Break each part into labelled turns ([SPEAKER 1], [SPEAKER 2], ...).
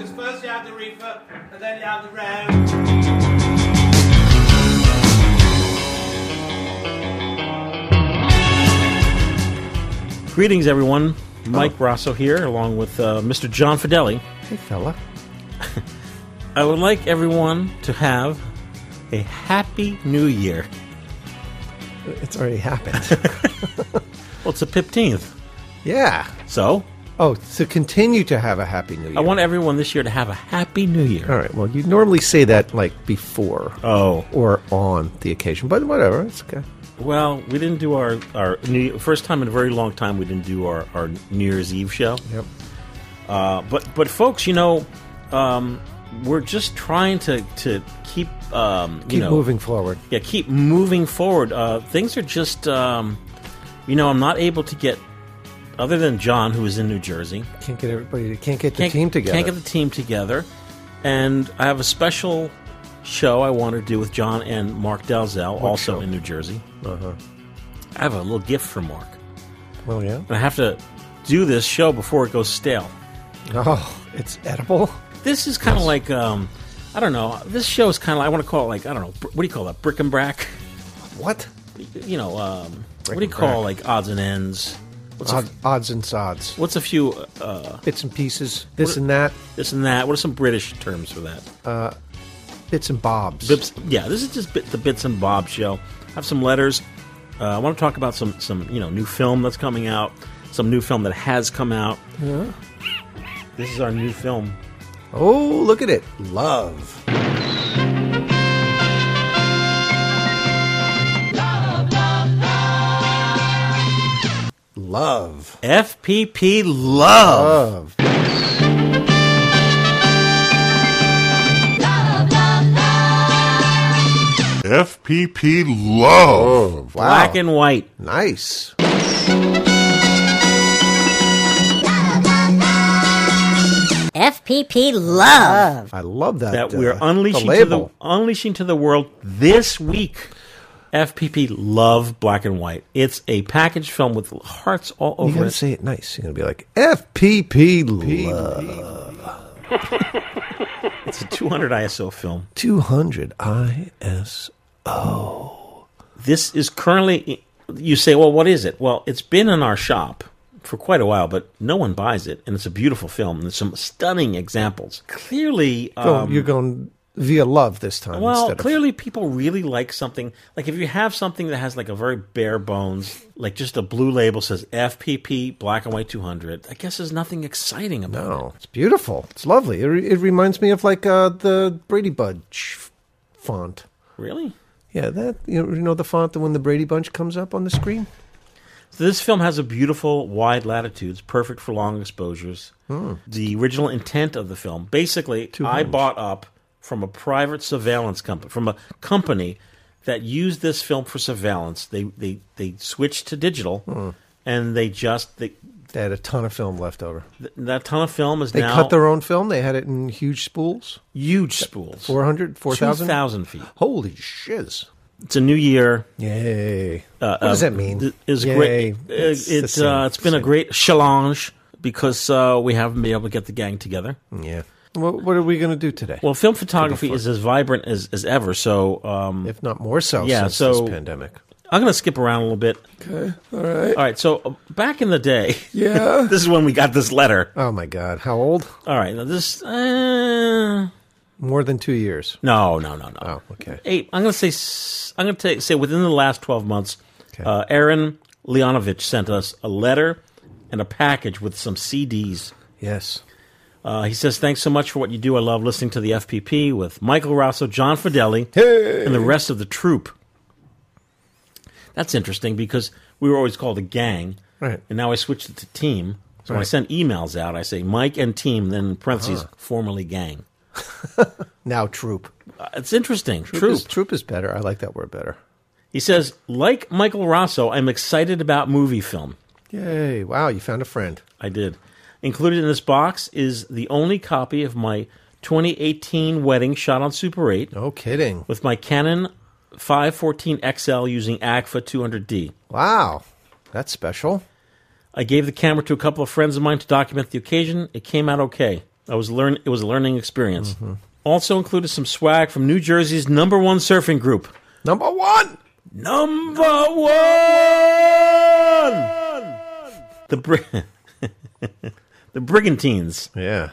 [SPEAKER 1] have the reaper, and then you have the rev.
[SPEAKER 2] Greetings, everyone. Mike Rosso here, along with uh, Mr. John Fideli.
[SPEAKER 3] Hey, fella.
[SPEAKER 2] I would like everyone to have a happy new year.
[SPEAKER 3] It's already happened.
[SPEAKER 2] Well, it's the 15th.
[SPEAKER 3] yeah.
[SPEAKER 2] So,
[SPEAKER 3] Oh, so continue to have a happy new year.
[SPEAKER 2] I want everyone this year to have a happy new year.
[SPEAKER 3] All right. Well, you normally say that like before
[SPEAKER 2] Oh.
[SPEAKER 3] or on the occasion, but whatever. It's okay.
[SPEAKER 2] Well, we didn't do our, our new, first time in a very long time, we didn't do our, our New Year's Eve show.
[SPEAKER 3] Yep.
[SPEAKER 2] Uh, but but folks, you know, um, we're just trying to to keep um, you
[SPEAKER 3] Keep
[SPEAKER 2] know,
[SPEAKER 3] moving forward.
[SPEAKER 2] Yeah, keep moving forward. Uh, things are just, um, you know, I'm not able to get other than John, who is in New Jersey.
[SPEAKER 3] Can't get everybody. Can't get the team together.
[SPEAKER 2] Can't get the team together, and I have a special show I want to do with John and Mark Dalzell, also
[SPEAKER 3] show? Uh-huh.
[SPEAKER 2] in New Jersey. I have a little gift for Mark,
[SPEAKER 3] well, yeah.
[SPEAKER 2] and I have to do this show before it goes stale.
[SPEAKER 3] Oh, it's edible.
[SPEAKER 2] This is kind of like um, I don't know. This show is kind of I want to call it like I don't know. br- What do you call that? Brick and brack.
[SPEAKER 3] What?
[SPEAKER 2] You know, um, what do you
[SPEAKER 3] and
[SPEAKER 2] call like odds and ends? What's, a,
[SPEAKER 3] Odd, odds and sods,
[SPEAKER 2] what's a few uh,
[SPEAKER 3] bits and pieces, this and that,
[SPEAKER 2] this and that? What are some British terms for that?
[SPEAKER 3] bits and bobs.
[SPEAKER 2] Bits, yeah, this is just bit, the bits and bobs show. I have some letters. Uh, I want to talk about some some you know new film that's coming out. Some new film that has come out.
[SPEAKER 3] Uh-huh.
[SPEAKER 2] This is our new film.
[SPEAKER 3] Oh, look at it. Love. Love.
[SPEAKER 2] FPP Love.
[SPEAKER 3] Love.
[SPEAKER 4] FPP
[SPEAKER 2] Oh,
[SPEAKER 4] Love.
[SPEAKER 3] Wow.
[SPEAKER 2] Black and white.
[SPEAKER 3] nice.
[SPEAKER 5] FPP Love.
[SPEAKER 3] I love that.
[SPEAKER 2] that
[SPEAKER 3] uh,
[SPEAKER 2] we're unleashing
[SPEAKER 3] the
[SPEAKER 2] to the
[SPEAKER 3] label.
[SPEAKER 2] unleashing to the world this week. FPP love black and white. It's a packaged film with hearts all
[SPEAKER 3] you
[SPEAKER 2] over
[SPEAKER 3] gotta
[SPEAKER 2] it.
[SPEAKER 3] say it nice. You're gonna be like FPP Love
[SPEAKER 2] It's a 200 ISO film.
[SPEAKER 3] 200 IS.
[SPEAKER 2] This is currently. You say, well, what is it? Well, it's been in our shop for quite a while, but no one buys it, and it's a beautiful film. There's some stunning examples. Clearly, um,
[SPEAKER 3] Oh, you're going via love this time.
[SPEAKER 2] Well,
[SPEAKER 3] instead of,
[SPEAKER 2] clearly people really like something. Like if you have something that has like a very bare bones, like just a blue label says FPP black and white 200, I guess there's nothing exciting about it.
[SPEAKER 3] No, it's beautiful. It's lovely. It, re- it reminds me of like uh, the Brady Bunch f- font.
[SPEAKER 2] Really?
[SPEAKER 3] Yeah, that you know, you know the font that when the Brady Bunch comes up on the screen.
[SPEAKER 2] So this film has a beautiful wide latitudes, perfect for long exposures.
[SPEAKER 3] Hmm.
[SPEAKER 2] The original intent of the film, basically, I bought up from a private surveillance company, from a company that used this film for surveillance. They they they switched to digital,
[SPEAKER 3] Hmm.
[SPEAKER 2] and they just they,
[SPEAKER 3] They had a ton of film left over.
[SPEAKER 2] th- that ton of film is
[SPEAKER 3] They
[SPEAKER 2] now
[SPEAKER 3] cut their own film. They had it in huge spools,
[SPEAKER 2] huge spools,
[SPEAKER 3] 400, 4,000.
[SPEAKER 2] 2,000 feet.
[SPEAKER 3] Holy shiz!
[SPEAKER 2] It's a new year.
[SPEAKER 3] Yay! what does that mean?
[SPEAKER 2] It Uh, is
[SPEAKER 3] Yay.
[SPEAKER 2] great.
[SPEAKER 3] It's
[SPEAKER 2] It's,
[SPEAKER 3] the
[SPEAKER 2] it's,
[SPEAKER 3] same-
[SPEAKER 2] uh, it's been a
[SPEAKER 3] same.
[SPEAKER 2] great challenge because uh, we haven't been able to get the gang together.
[SPEAKER 3] Yeah. What, what are we going to do today?
[SPEAKER 2] Well, film photography is as vibrant as, as ever. So um,
[SPEAKER 3] if not more so
[SPEAKER 2] yeah,
[SPEAKER 3] since
[SPEAKER 2] so-
[SPEAKER 3] this pandemic.
[SPEAKER 2] I'm going to skip around a little bit.
[SPEAKER 3] Okay. All right.
[SPEAKER 2] All right. So uh, back in the day,
[SPEAKER 3] Yeah.
[SPEAKER 2] this is when we got this letter.
[SPEAKER 3] oh my God! How old?
[SPEAKER 2] All right. Now this. Uh,
[SPEAKER 3] More than two years.
[SPEAKER 2] no, no, no, no.
[SPEAKER 3] Oh, okay.
[SPEAKER 2] Eight. I'm going to say. s- I'm going to say within the last 12 months,
[SPEAKER 3] Okay.
[SPEAKER 2] uh, Aaron Leonovich sent us a letter and a package with some CDs.
[SPEAKER 3] Yes.
[SPEAKER 2] Uh, he says, Thanks so much for what you do. I love listening to the FPP with Michael Rosso, John Fideli, and the rest of the troop. That's interesting because we were always called a gang.
[SPEAKER 3] Right.
[SPEAKER 2] And now I switched it to team. So when I
[SPEAKER 3] Right. Uh-huh.
[SPEAKER 2] send emails out, I say Mike and team, then in parentheses, formerly gang.
[SPEAKER 3] Now troop.
[SPEAKER 2] Uh, it's interesting. Troop.
[SPEAKER 3] Is, troop is better. I like that word better.
[SPEAKER 2] He says, Like Michael Rosso, I'm excited about movie film.
[SPEAKER 3] Yay! Wow, you found a friend.
[SPEAKER 2] I did. Included in this box is the only copy of my 2018 wedding shot on Super 8.
[SPEAKER 3] No kidding.
[SPEAKER 2] with my Canon 514 XL using ACFA 200D.
[SPEAKER 3] Wow, that's special.
[SPEAKER 2] I gave the camera to a couple of friends of mine to document the occasion. It came out okay. I was learn. It was a learning experience. Also included some swag from New Jersey's number one surfing group,
[SPEAKER 3] Number one.
[SPEAKER 2] Number one. The Bri- the Brigantines.
[SPEAKER 3] Yeah.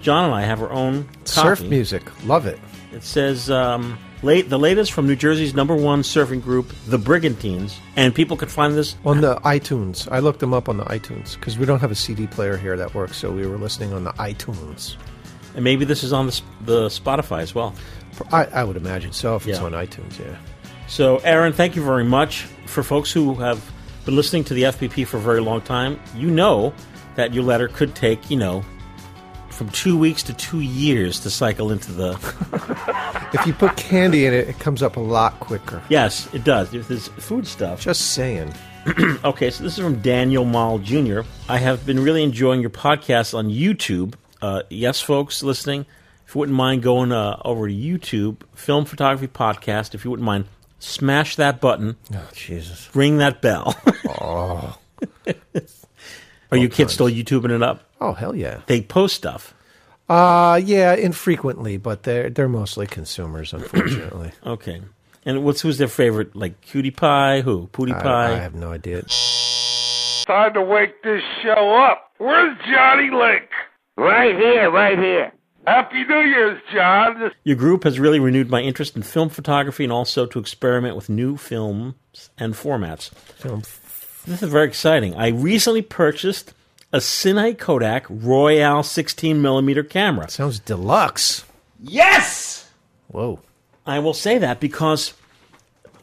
[SPEAKER 2] John and I have our own
[SPEAKER 3] Surf
[SPEAKER 2] copy.
[SPEAKER 3] music. Love it.
[SPEAKER 2] It says um, late the latest from New Jersey's number one surfing group, the Brigantines, and people could find this.
[SPEAKER 3] On the iTunes. I looked them up on the iTunes because we don't have a CD player here that works, so we were listening on the iTunes.
[SPEAKER 2] And maybe this is on the, s- the Spotify as well.
[SPEAKER 3] I, I would imagine so if it's
[SPEAKER 2] Yeah.
[SPEAKER 3] on iTunes, yeah.
[SPEAKER 2] So, Aaron, thank you very much. For folks who have been listening to the FPP for a very long time, you know that your letter could take, you know, from two weeks to two years to cycle into the.
[SPEAKER 3] If you put candy in it, it comes up a lot quicker.
[SPEAKER 2] Yes, it does. If there's food stuff.
[SPEAKER 3] Just saying.
[SPEAKER 2] Okay, so this is from Daniel Mall Jr. I have been really enjoying your podcast on YouTube. Uh, yes, folks listening, if you wouldn't mind going uh, over to YouTube, Film Photography Podcast, if you wouldn't mind, smash that button,
[SPEAKER 3] Oh, Jesus.
[SPEAKER 2] ring that bell.
[SPEAKER 3] Oh.
[SPEAKER 2] Are you kids still YouTubing it up?
[SPEAKER 3] Oh, hell yeah.
[SPEAKER 2] They post stuff.
[SPEAKER 3] Uh, yeah, infrequently, but they're, they're mostly consumers, unfortunately.
[SPEAKER 2] Okay. And what's who's their favorite? Like Cutie Pie? Who? Pootie
[SPEAKER 3] I, I
[SPEAKER 2] Pie?
[SPEAKER 3] have no idea.
[SPEAKER 5] Time to wake this show up. Where's Johnny Link?
[SPEAKER 6] Right here, right here.
[SPEAKER 5] Happy New Year's, John. This
[SPEAKER 2] Your group has really renewed my interest in film photography and also to experiment with new films and formats.
[SPEAKER 3] Film
[SPEAKER 2] This is very exciting. I recently purchased a Cinei Kodak Royale 16mm camera.
[SPEAKER 3] sounds deluxe.
[SPEAKER 1] Yes!
[SPEAKER 3] Whoa.
[SPEAKER 2] I will say that because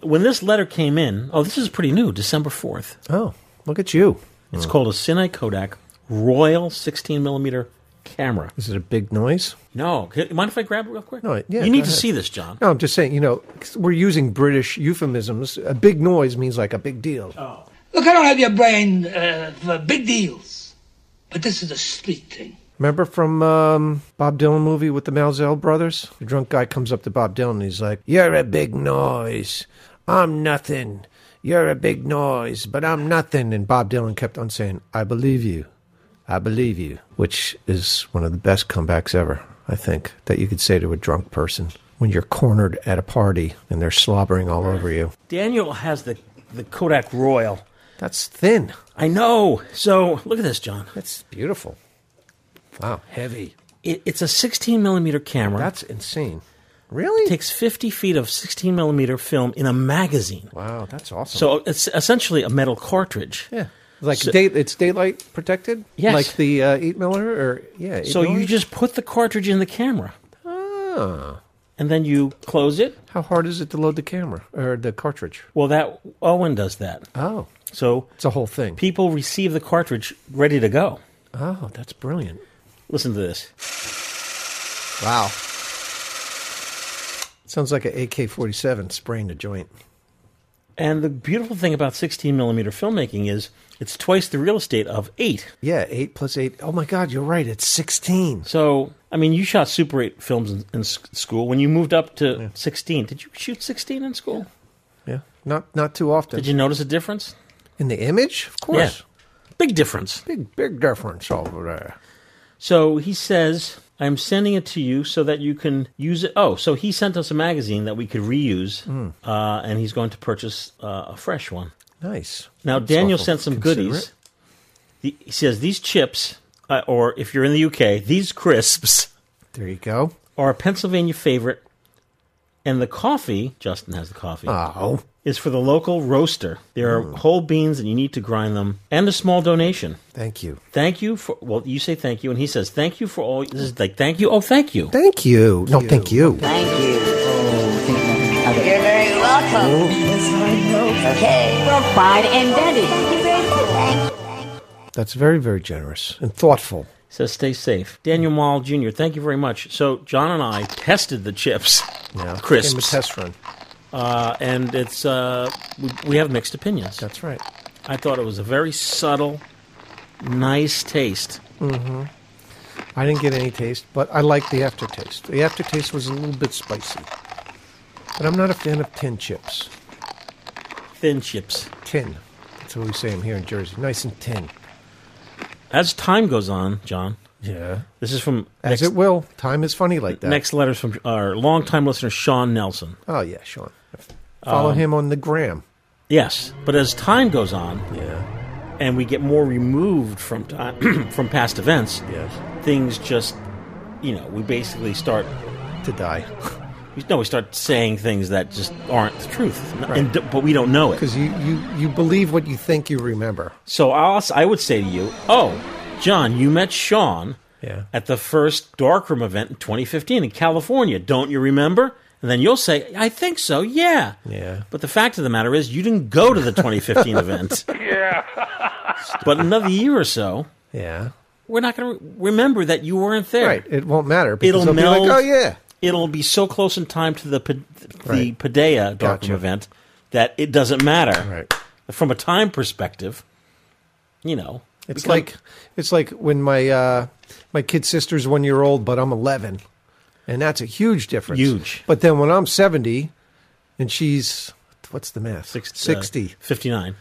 [SPEAKER 2] when this letter came in, oh, this is pretty new, December 4th.
[SPEAKER 3] Oh, look at you.
[SPEAKER 2] It's called a Cinei Kodak Royal 16mm camera.
[SPEAKER 3] Is it a big noise?
[SPEAKER 2] No, c- mind if I grab it real quick?
[SPEAKER 3] No, yeah,
[SPEAKER 2] You need
[SPEAKER 3] go
[SPEAKER 2] to
[SPEAKER 3] ahead.
[SPEAKER 2] see this, John.
[SPEAKER 3] No, I'm just saying, you know, 'cause we're using British euphemisms. A big noise means like a big deal.
[SPEAKER 7] Look, I don't have your brain uh, for big deals, but this is a street thing.
[SPEAKER 3] Remember from um, Bob Dylan movie with the Malzell brothers? The drunk guy comes up to Bob Dylan and he's like, You're a big noise. I'm nothing. You're a big noise, but I'm nothing. And Bob Dylan kept on saying, I believe you. I believe you. Which is one of the best comebacks ever, I think, that you could say to a drunk person when you're cornered at a party and they're slobbering all over you.
[SPEAKER 2] Daniel has the, the Kodak Royal.
[SPEAKER 3] That's thin.
[SPEAKER 2] I know. So look at this, John.
[SPEAKER 3] That's beautiful. Wow, heavy.
[SPEAKER 2] It, it's a 16mm camera.
[SPEAKER 3] That's insane. Really?
[SPEAKER 2] takes 50 feet of 16 millimeter film in a magazine.
[SPEAKER 3] wow, that's awesome.
[SPEAKER 2] So it's essentially a metal cartridge.
[SPEAKER 3] Yeah. Like day, it's daylight protected.
[SPEAKER 2] Yes.
[SPEAKER 3] Like the uh, eight miller, or yeah. eight
[SPEAKER 2] So you
[SPEAKER 3] miller?
[SPEAKER 2] just put the cartridge in the camera
[SPEAKER 3] Ah.
[SPEAKER 2] and then you close it.
[SPEAKER 3] how hard is it to load the camera or the cartridge?
[SPEAKER 2] Well, that Owen does that.
[SPEAKER 3] Oh,
[SPEAKER 2] So
[SPEAKER 3] it's a whole thing.
[SPEAKER 2] people receive the cartridge ready to go.
[SPEAKER 3] Oh, that's brilliant.
[SPEAKER 2] Listen to this.
[SPEAKER 3] Wow. Sounds like an AK forty seven spraying the joint.
[SPEAKER 2] And the beautiful thing about 16 millimeter filmmaking is it's twice the real estate of 8.
[SPEAKER 3] Yeah, eight plus eight. Oh my God, you're right. It's sixteen.
[SPEAKER 2] So, I mean, you shot Super 8 films in, in s- school. When you moved up to 16, did you shoot 16 in school?
[SPEAKER 3] Yeah, not not too often.
[SPEAKER 2] Did you notice a difference?
[SPEAKER 3] In the image, of course.
[SPEAKER 2] Yeah. Big difference.
[SPEAKER 3] Big big difference over there.
[SPEAKER 2] So he says, I'm sending it to you so that you can use it. Oh, so he sent us a magazine that we could reuse,
[SPEAKER 3] Hmm.
[SPEAKER 2] uh, and he's going to purchase uh, a fresh one.
[SPEAKER 3] Nice.
[SPEAKER 2] Now,
[SPEAKER 3] That's
[SPEAKER 2] Daniel
[SPEAKER 3] awful
[SPEAKER 2] sent some
[SPEAKER 3] considerate.
[SPEAKER 2] goodies. The, he says, These chips, uh, or if you're in the UK, these crisps
[SPEAKER 3] There you go.
[SPEAKER 2] are a Pennsylvania favorite, and the coffee, Justin has the coffee,
[SPEAKER 3] Oh,
[SPEAKER 2] is for the local roaster. There
[SPEAKER 3] Mm.
[SPEAKER 2] are whole beans, and you need to grind them, and a small donation.
[SPEAKER 3] thank you.
[SPEAKER 2] Thank you for well, you say thank you, and he says thank you for all. This is like thank you. Oh, thank you.
[SPEAKER 3] Thank you. No, thank you.
[SPEAKER 6] Thank you. Oh, thank you. Oh. Okay. You're very welcome. Okay. Well, fine and dandy. You're very good. Thank you.
[SPEAKER 3] That's very, very generous and thoughtful.
[SPEAKER 2] Says stay safe, Daniel Mall Jr. Thank you very much. So John and I tested the chips,
[SPEAKER 3] Yeah. Give him a
[SPEAKER 2] crisps,
[SPEAKER 3] test run.
[SPEAKER 2] uh, and it's uh, we, we have mixed opinions.
[SPEAKER 3] That's right.
[SPEAKER 2] I thought it was a very subtle, nice taste.
[SPEAKER 3] I didn't get any taste, but I liked the aftertaste. The aftertaste was a little bit spicy. But I'm not a fan of tin chips.
[SPEAKER 2] Thin chips.
[SPEAKER 3] Tin. That's what we say 'em here in Jersey. Nice and tin.
[SPEAKER 2] As time goes on, John,
[SPEAKER 3] Yeah.
[SPEAKER 2] this is from next,
[SPEAKER 3] As it will. Time is funny like that.
[SPEAKER 2] next letters from our longtime listener, Sean Nelson.
[SPEAKER 3] Oh, yeah, Sean. Follow him on the gram.
[SPEAKER 2] Yes, but as time goes on
[SPEAKER 3] Yeah.
[SPEAKER 2] and we get more removed from time, from past events,
[SPEAKER 3] Yes.
[SPEAKER 2] things just, you know, we basically start
[SPEAKER 3] To die.
[SPEAKER 2] We- No, we start saying things that just aren't the truth, and, but we don't know it.
[SPEAKER 3] Because you, you, you believe what you think you remember.
[SPEAKER 2] So I'll, s- I would say to you, oh, John, you met Sean
[SPEAKER 3] Yeah.
[SPEAKER 2] at the first Darkroom event in 2015 in California. Don't you remember? And then you'll say, I think so, yeah.
[SPEAKER 3] Yeah.
[SPEAKER 2] But the fact of the matter is, you didn't go to the 2015 event.
[SPEAKER 5] Yeah.
[SPEAKER 2] But another year or so,
[SPEAKER 3] Yeah.
[SPEAKER 2] we're not going to re- remember that you weren't there.
[SPEAKER 3] Right. It won't matter. Because
[SPEAKER 2] It'll
[SPEAKER 3] they'll be
[SPEAKER 2] meld.
[SPEAKER 3] like, oh, yeah.
[SPEAKER 2] It'll be so close in time to the P- the
[SPEAKER 3] Right.
[SPEAKER 2] Padea Darkroom
[SPEAKER 3] Gotcha.
[SPEAKER 2] event that it doesn't matter.
[SPEAKER 3] Right.
[SPEAKER 2] from a time perspective, you know,
[SPEAKER 3] It's
[SPEAKER 2] become-
[SPEAKER 3] like it's like when my uh, my kid sister's one year old, but I'm eleven, and that's a huge difference.
[SPEAKER 2] Huge.
[SPEAKER 3] But then when I'm seventy, and she's what's the math?
[SPEAKER 2] six- uh,
[SPEAKER 3] Sixty.
[SPEAKER 2] 59.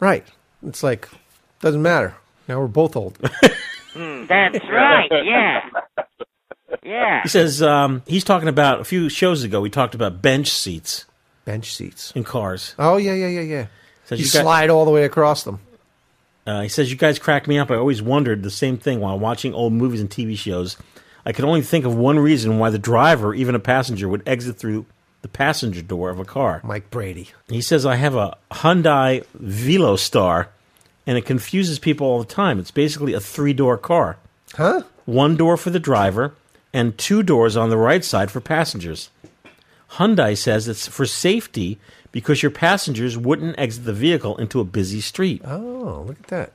[SPEAKER 3] Right. It's like doesn't matter. Now we're both old.
[SPEAKER 8] That's right. Yeah. Yeah.
[SPEAKER 2] He says um, he's talking about a few shows ago. We talked about bench seats
[SPEAKER 3] Bench seats.
[SPEAKER 2] in cars.
[SPEAKER 3] Oh yeah, yeah, yeah, yeah.
[SPEAKER 2] Says
[SPEAKER 3] you
[SPEAKER 2] guys-
[SPEAKER 3] slide all the way across them.
[SPEAKER 2] uh, he says you guys crack me up. I always wondered the same thing while watching old movies and TV shows. I could only think of one reason why the driver, even a passenger, would exit through the passenger door of a car.
[SPEAKER 3] Mike Brady.
[SPEAKER 2] He says, I have a Hyundai Velostar, and it confuses people all the time. It's basically a three door car.
[SPEAKER 3] Huh?
[SPEAKER 2] One door for the driver, and two doors on the right side for passengers. Hyundai says it's for safety because your passengers wouldn't exit the vehicle into a busy street.
[SPEAKER 3] Oh, look at that.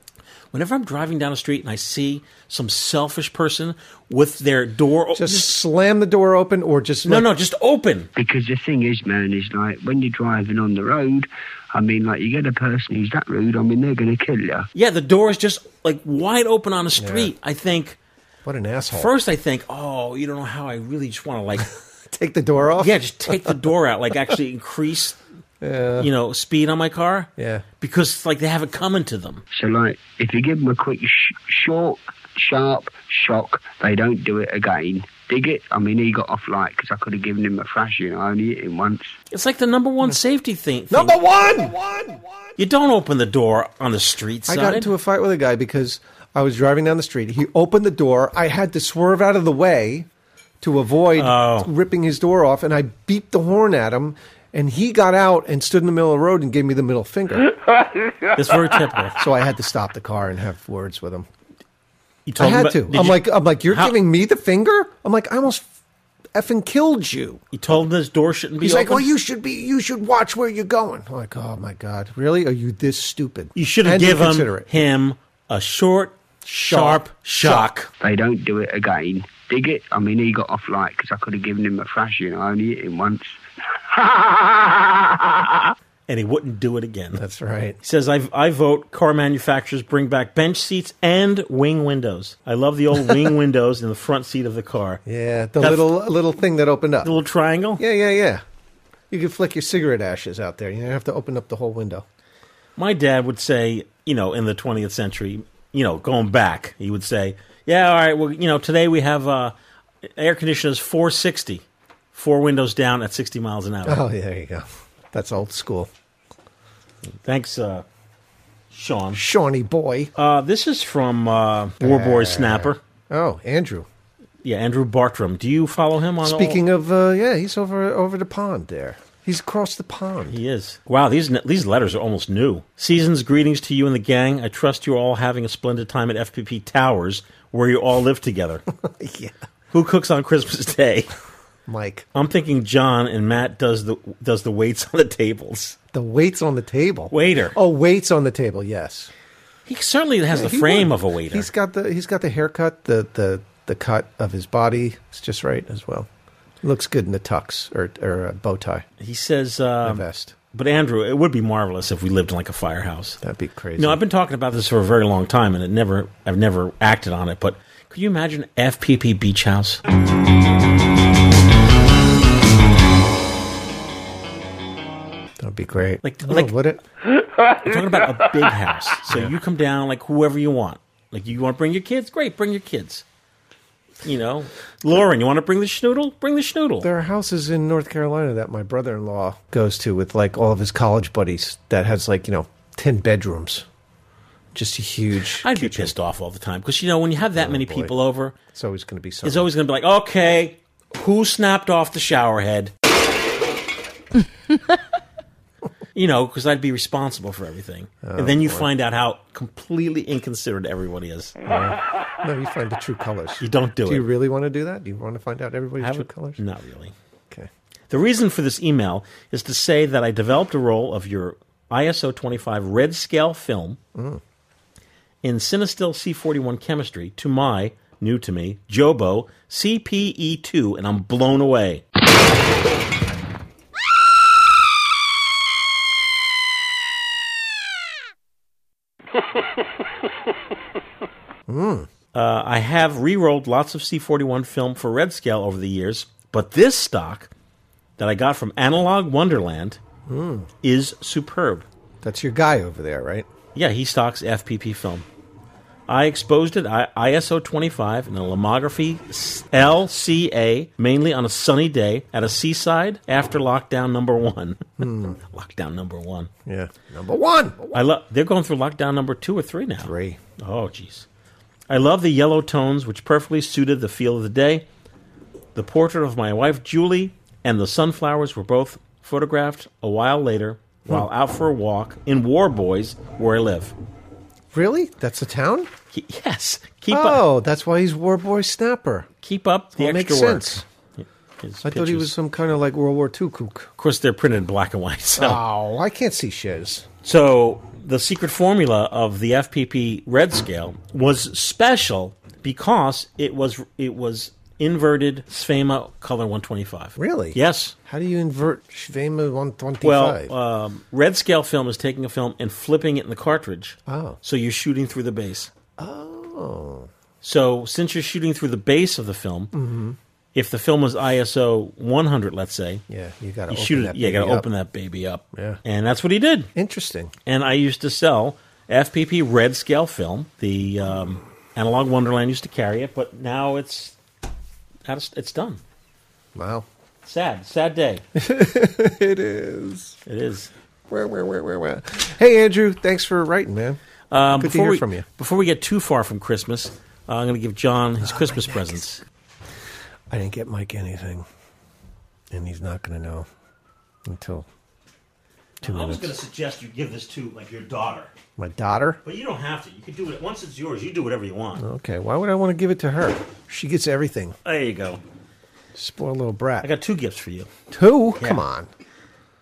[SPEAKER 2] Whenever I'm driving down a street and I see some selfish person with their door o-
[SPEAKER 3] Just slam the door open, or just
[SPEAKER 2] no,
[SPEAKER 3] like-
[SPEAKER 2] no, just open.
[SPEAKER 9] Because the thing is, man, is like when you're driving on the road, I mean, like you get a person who's that rude, I mean, they're going to kill you.
[SPEAKER 2] Yeah, the door is just like wide open on a street. I think
[SPEAKER 3] What an asshole.
[SPEAKER 2] first I think, oh, you don't know how I really just want to like,
[SPEAKER 3] Take the door off.
[SPEAKER 2] yeah, just take the door out, like actually increase, you know, speed on my car.
[SPEAKER 3] Yeah.
[SPEAKER 2] because like they have it coming to them.
[SPEAKER 9] So, like, if you give them a quick, sh- short, sharp shock, they don't do it again. Dig it? I mean, he got off light because I could have given him a thrash, you know, I only hit him once.
[SPEAKER 2] It's like the number one safety thing. thing.
[SPEAKER 3] Number one. Number one.
[SPEAKER 2] you don't open the door on the street
[SPEAKER 3] I
[SPEAKER 2] side.
[SPEAKER 3] got into a fight with a guy because I was driving down the street. He opened the door. I had to swerve out of the way to avoid
[SPEAKER 2] Oh.
[SPEAKER 3] ripping his door off, and I beeped the horn at him. And he got out and stood in the middle of the road and gave me the middle finger.
[SPEAKER 2] it's very typical.
[SPEAKER 3] so I had to stop the car and have words with him.
[SPEAKER 2] You
[SPEAKER 3] I
[SPEAKER 2] told him
[SPEAKER 3] had
[SPEAKER 2] about-
[SPEAKER 3] to.
[SPEAKER 2] did
[SPEAKER 3] I'm
[SPEAKER 2] you-
[SPEAKER 3] like, I'm like, you're
[SPEAKER 2] how-
[SPEAKER 3] giving me the finger. I'm like, I almost effing killed you.
[SPEAKER 2] you told him this door shouldn't be
[SPEAKER 3] He's
[SPEAKER 2] open.
[SPEAKER 3] like, well, you should be, you should watch where you're going. I'm like, oh my god, really? Are you this stupid?
[SPEAKER 2] You should have
[SPEAKER 3] And
[SPEAKER 2] given
[SPEAKER 3] inconsiderate.
[SPEAKER 2] him a short, sharp,
[SPEAKER 3] Sharp
[SPEAKER 2] shock.
[SPEAKER 9] They don't do it again. Dig it? I mean, he got off light because I could have given him a thrash, you know, I only hit him once.
[SPEAKER 2] and he wouldn't do it again.
[SPEAKER 3] That's right.
[SPEAKER 2] He says, I, I vote car manufacturers bring back bench seats and wing windows. I love the old wing windows in the front seat of the car.
[SPEAKER 3] Yeah, the
[SPEAKER 2] That's-
[SPEAKER 3] little little thing that opened up.
[SPEAKER 2] The little triangle.
[SPEAKER 3] Yeah, yeah, yeah. You can flick your cigarette ashes out there. You don't have to open up the whole window.
[SPEAKER 2] My dad would say, you know, in the 20th century, you know, going back, he would say, yeah, all right, well, you know, today we have uh, air conditioners 460, four windows down at 60 miles an hour.
[SPEAKER 3] Oh, yeah, there you go. That's old school.
[SPEAKER 2] Thanks, uh, Sean.
[SPEAKER 3] Shawnee boy.
[SPEAKER 2] Uh, this is from uh, War Boy Snapper.
[SPEAKER 3] Oh, Andrew.
[SPEAKER 2] Yeah, Andrew Bartram. Do you follow him on
[SPEAKER 3] Speaking of, uh, yeah, he's over over the pond there. He's across the pond.
[SPEAKER 2] He is. Wow, these these letters are almost new. Seasons greetings to you and the gang. I trust you're all having a splendid time at FPP Towers, where you all live together.
[SPEAKER 3] yeah,
[SPEAKER 2] Who cooks on Christmas Day?
[SPEAKER 3] Mike.
[SPEAKER 2] I'm thinking John and Matt does the does the weights on the tables.
[SPEAKER 3] The wait's on the table.
[SPEAKER 2] Waiter.
[SPEAKER 3] Oh, wait's on the table. Yes.
[SPEAKER 2] He certainly has the
[SPEAKER 3] He
[SPEAKER 2] frame
[SPEAKER 3] would.
[SPEAKER 2] of a waiter.
[SPEAKER 3] He's got the he's got the haircut, the the the cut of his body. It's just right as well. Looks good in the tux or or a bow tie,
[SPEAKER 2] He says,
[SPEAKER 3] a
[SPEAKER 2] um,
[SPEAKER 3] vest.
[SPEAKER 2] "But Andrew, it would be marvelous if we lived in like a firehouse."
[SPEAKER 3] That'd be crazy.
[SPEAKER 2] No, I've been talking about this for a very long time, and it never I've never acted on it. But Could you imagine FPP Beach House?
[SPEAKER 3] That'd be great.
[SPEAKER 2] Like-
[SPEAKER 3] Oh,
[SPEAKER 2] like-
[SPEAKER 3] would it?
[SPEAKER 2] We're talking about a big house. So you come down like whoever you want. Like you want to bring your kids? Great, bring your kids. You know, Lauren, you want to bring the schnoodle? Bring the schnoodle.
[SPEAKER 3] There are houses in North Carolina that my brother-in-law goes to with like all of his college buddies that has like you know ten bedrooms, just a huge.
[SPEAKER 2] I'd be pissed off all the time because you know when you have that many
[SPEAKER 3] boy.
[SPEAKER 2] people over,
[SPEAKER 3] It's always going to be something.
[SPEAKER 2] it's always going to be like, okay, who snapped off the shower head? you know, because I'd be responsible for everything, and then you find out how completely inconsiderate everybody is.
[SPEAKER 3] no, you find the true colors.
[SPEAKER 2] You don't do,
[SPEAKER 3] Do
[SPEAKER 2] it.
[SPEAKER 3] you really want to do that? Do you want to find out everybody's
[SPEAKER 2] Have Mm.
[SPEAKER 3] true
[SPEAKER 2] it-
[SPEAKER 3] colors?
[SPEAKER 2] Not really.
[SPEAKER 3] Okay.
[SPEAKER 2] The reason for this email is to say that I developed a roll of your ISO 25 red scale film in Cinestill C41 chemistry to my, new to me, Jobo CPE2, and I'm blown away. Uh, I have re rolled lots of C41 film for red scale over the years, but this stock that I got from Analog Wonderland is superb.
[SPEAKER 3] That's your guy over there, right?
[SPEAKER 2] Yeah, he stocks FPP film. I exposed it I, ISO 25 in a lomography s- LCA, mainly on a sunny day at a seaside after lockdown number one. lockdown number one.
[SPEAKER 3] Yeah. Number one.
[SPEAKER 2] I love. They're going through lockdown number two or three now.
[SPEAKER 3] Three.
[SPEAKER 2] Oh, jeez. I love the yellow tones, which perfectly suited the feel of the day. The portrait of my wife, Julie, and the sunflowers were both photographed a while later while out for a walk in Warboys, where I live.
[SPEAKER 3] Really? That's a town?
[SPEAKER 2] Ke- yes. Keep up.
[SPEAKER 3] Oh, that's why he's War Boy Snapper.
[SPEAKER 2] Keep up the
[SPEAKER 3] Well, it
[SPEAKER 2] extra
[SPEAKER 3] makes
[SPEAKER 2] work.
[SPEAKER 3] sense.
[SPEAKER 2] His
[SPEAKER 3] I thought he
[SPEAKER 2] pictures-
[SPEAKER 3] was some kind of like World War II kook.
[SPEAKER 2] Of course, they're printed in black and white. So.
[SPEAKER 3] Oh, I can't see shiz.
[SPEAKER 2] So the secret formula of the FPP red scale was special because it was it was inverted Sfema color 125.
[SPEAKER 3] Really?
[SPEAKER 2] Yes.
[SPEAKER 3] How do you invert Shvema 125?
[SPEAKER 2] Well, um, red scale film is taking a film and flipping it in the cartridge.
[SPEAKER 3] Oh.
[SPEAKER 2] So you're shooting through the base.
[SPEAKER 3] oh.
[SPEAKER 2] So since you're shooting through the base of the film,
[SPEAKER 3] Mm-hmm.
[SPEAKER 2] if the film was ISO 100, let's say,
[SPEAKER 3] Yeah, you got to
[SPEAKER 2] you
[SPEAKER 3] open
[SPEAKER 2] shoot
[SPEAKER 3] that
[SPEAKER 2] it. Yeah, you got
[SPEAKER 3] baby
[SPEAKER 2] to
[SPEAKER 3] up.
[SPEAKER 2] open that baby up.
[SPEAKER 3] Yeah.
[SPEAKER 2] And that's what he did.
[SPEAKER 3] Interesting.
[SPEAKER 2] and I used to sell FPP red scale film. The um, Analog Wonderland used to carry it, but now it's out of, it's done.
[SPEAKER 3] Wow.
[SPEAKER 2] Sad, sad day. it
[SPEAKER 3] It is.
[SPEAKER 2] is.
[SPEAKER 3] Where, where, where, where, where? Hey, Andrew, thanks for writing, man.
[SPEAKER 2] Um,
[SPEAKER 3] Good to
[SPEAKER 2] before
[SPEAKER 3] hear
[SPEAKER 2] we,
[SPEAKER 3] from you.
[SPEAKER 2] Before we get too far from Christmas, uh, I'm going to give John his Christmas presents.
[SPEAKER 3] I didn't get Mike anything, and he's not going to know until two minutes.
[SPEAKER 2] to suggest you give this to like your daughter,
[SPEAKER 3] My daughter?
[SPEAKER 2] but you don't have to. You can do it once it's yours. You do whatever you want.
[SPEAKER 3] Okay, why would I want to give it to her? She gets everything.
[SPEAKER 2] There you go.
[SPEAKER 3] Spoiled little brat.
[SPEAKER 2] I got two gifts for you.
[SPEAKER 3] two? Come on.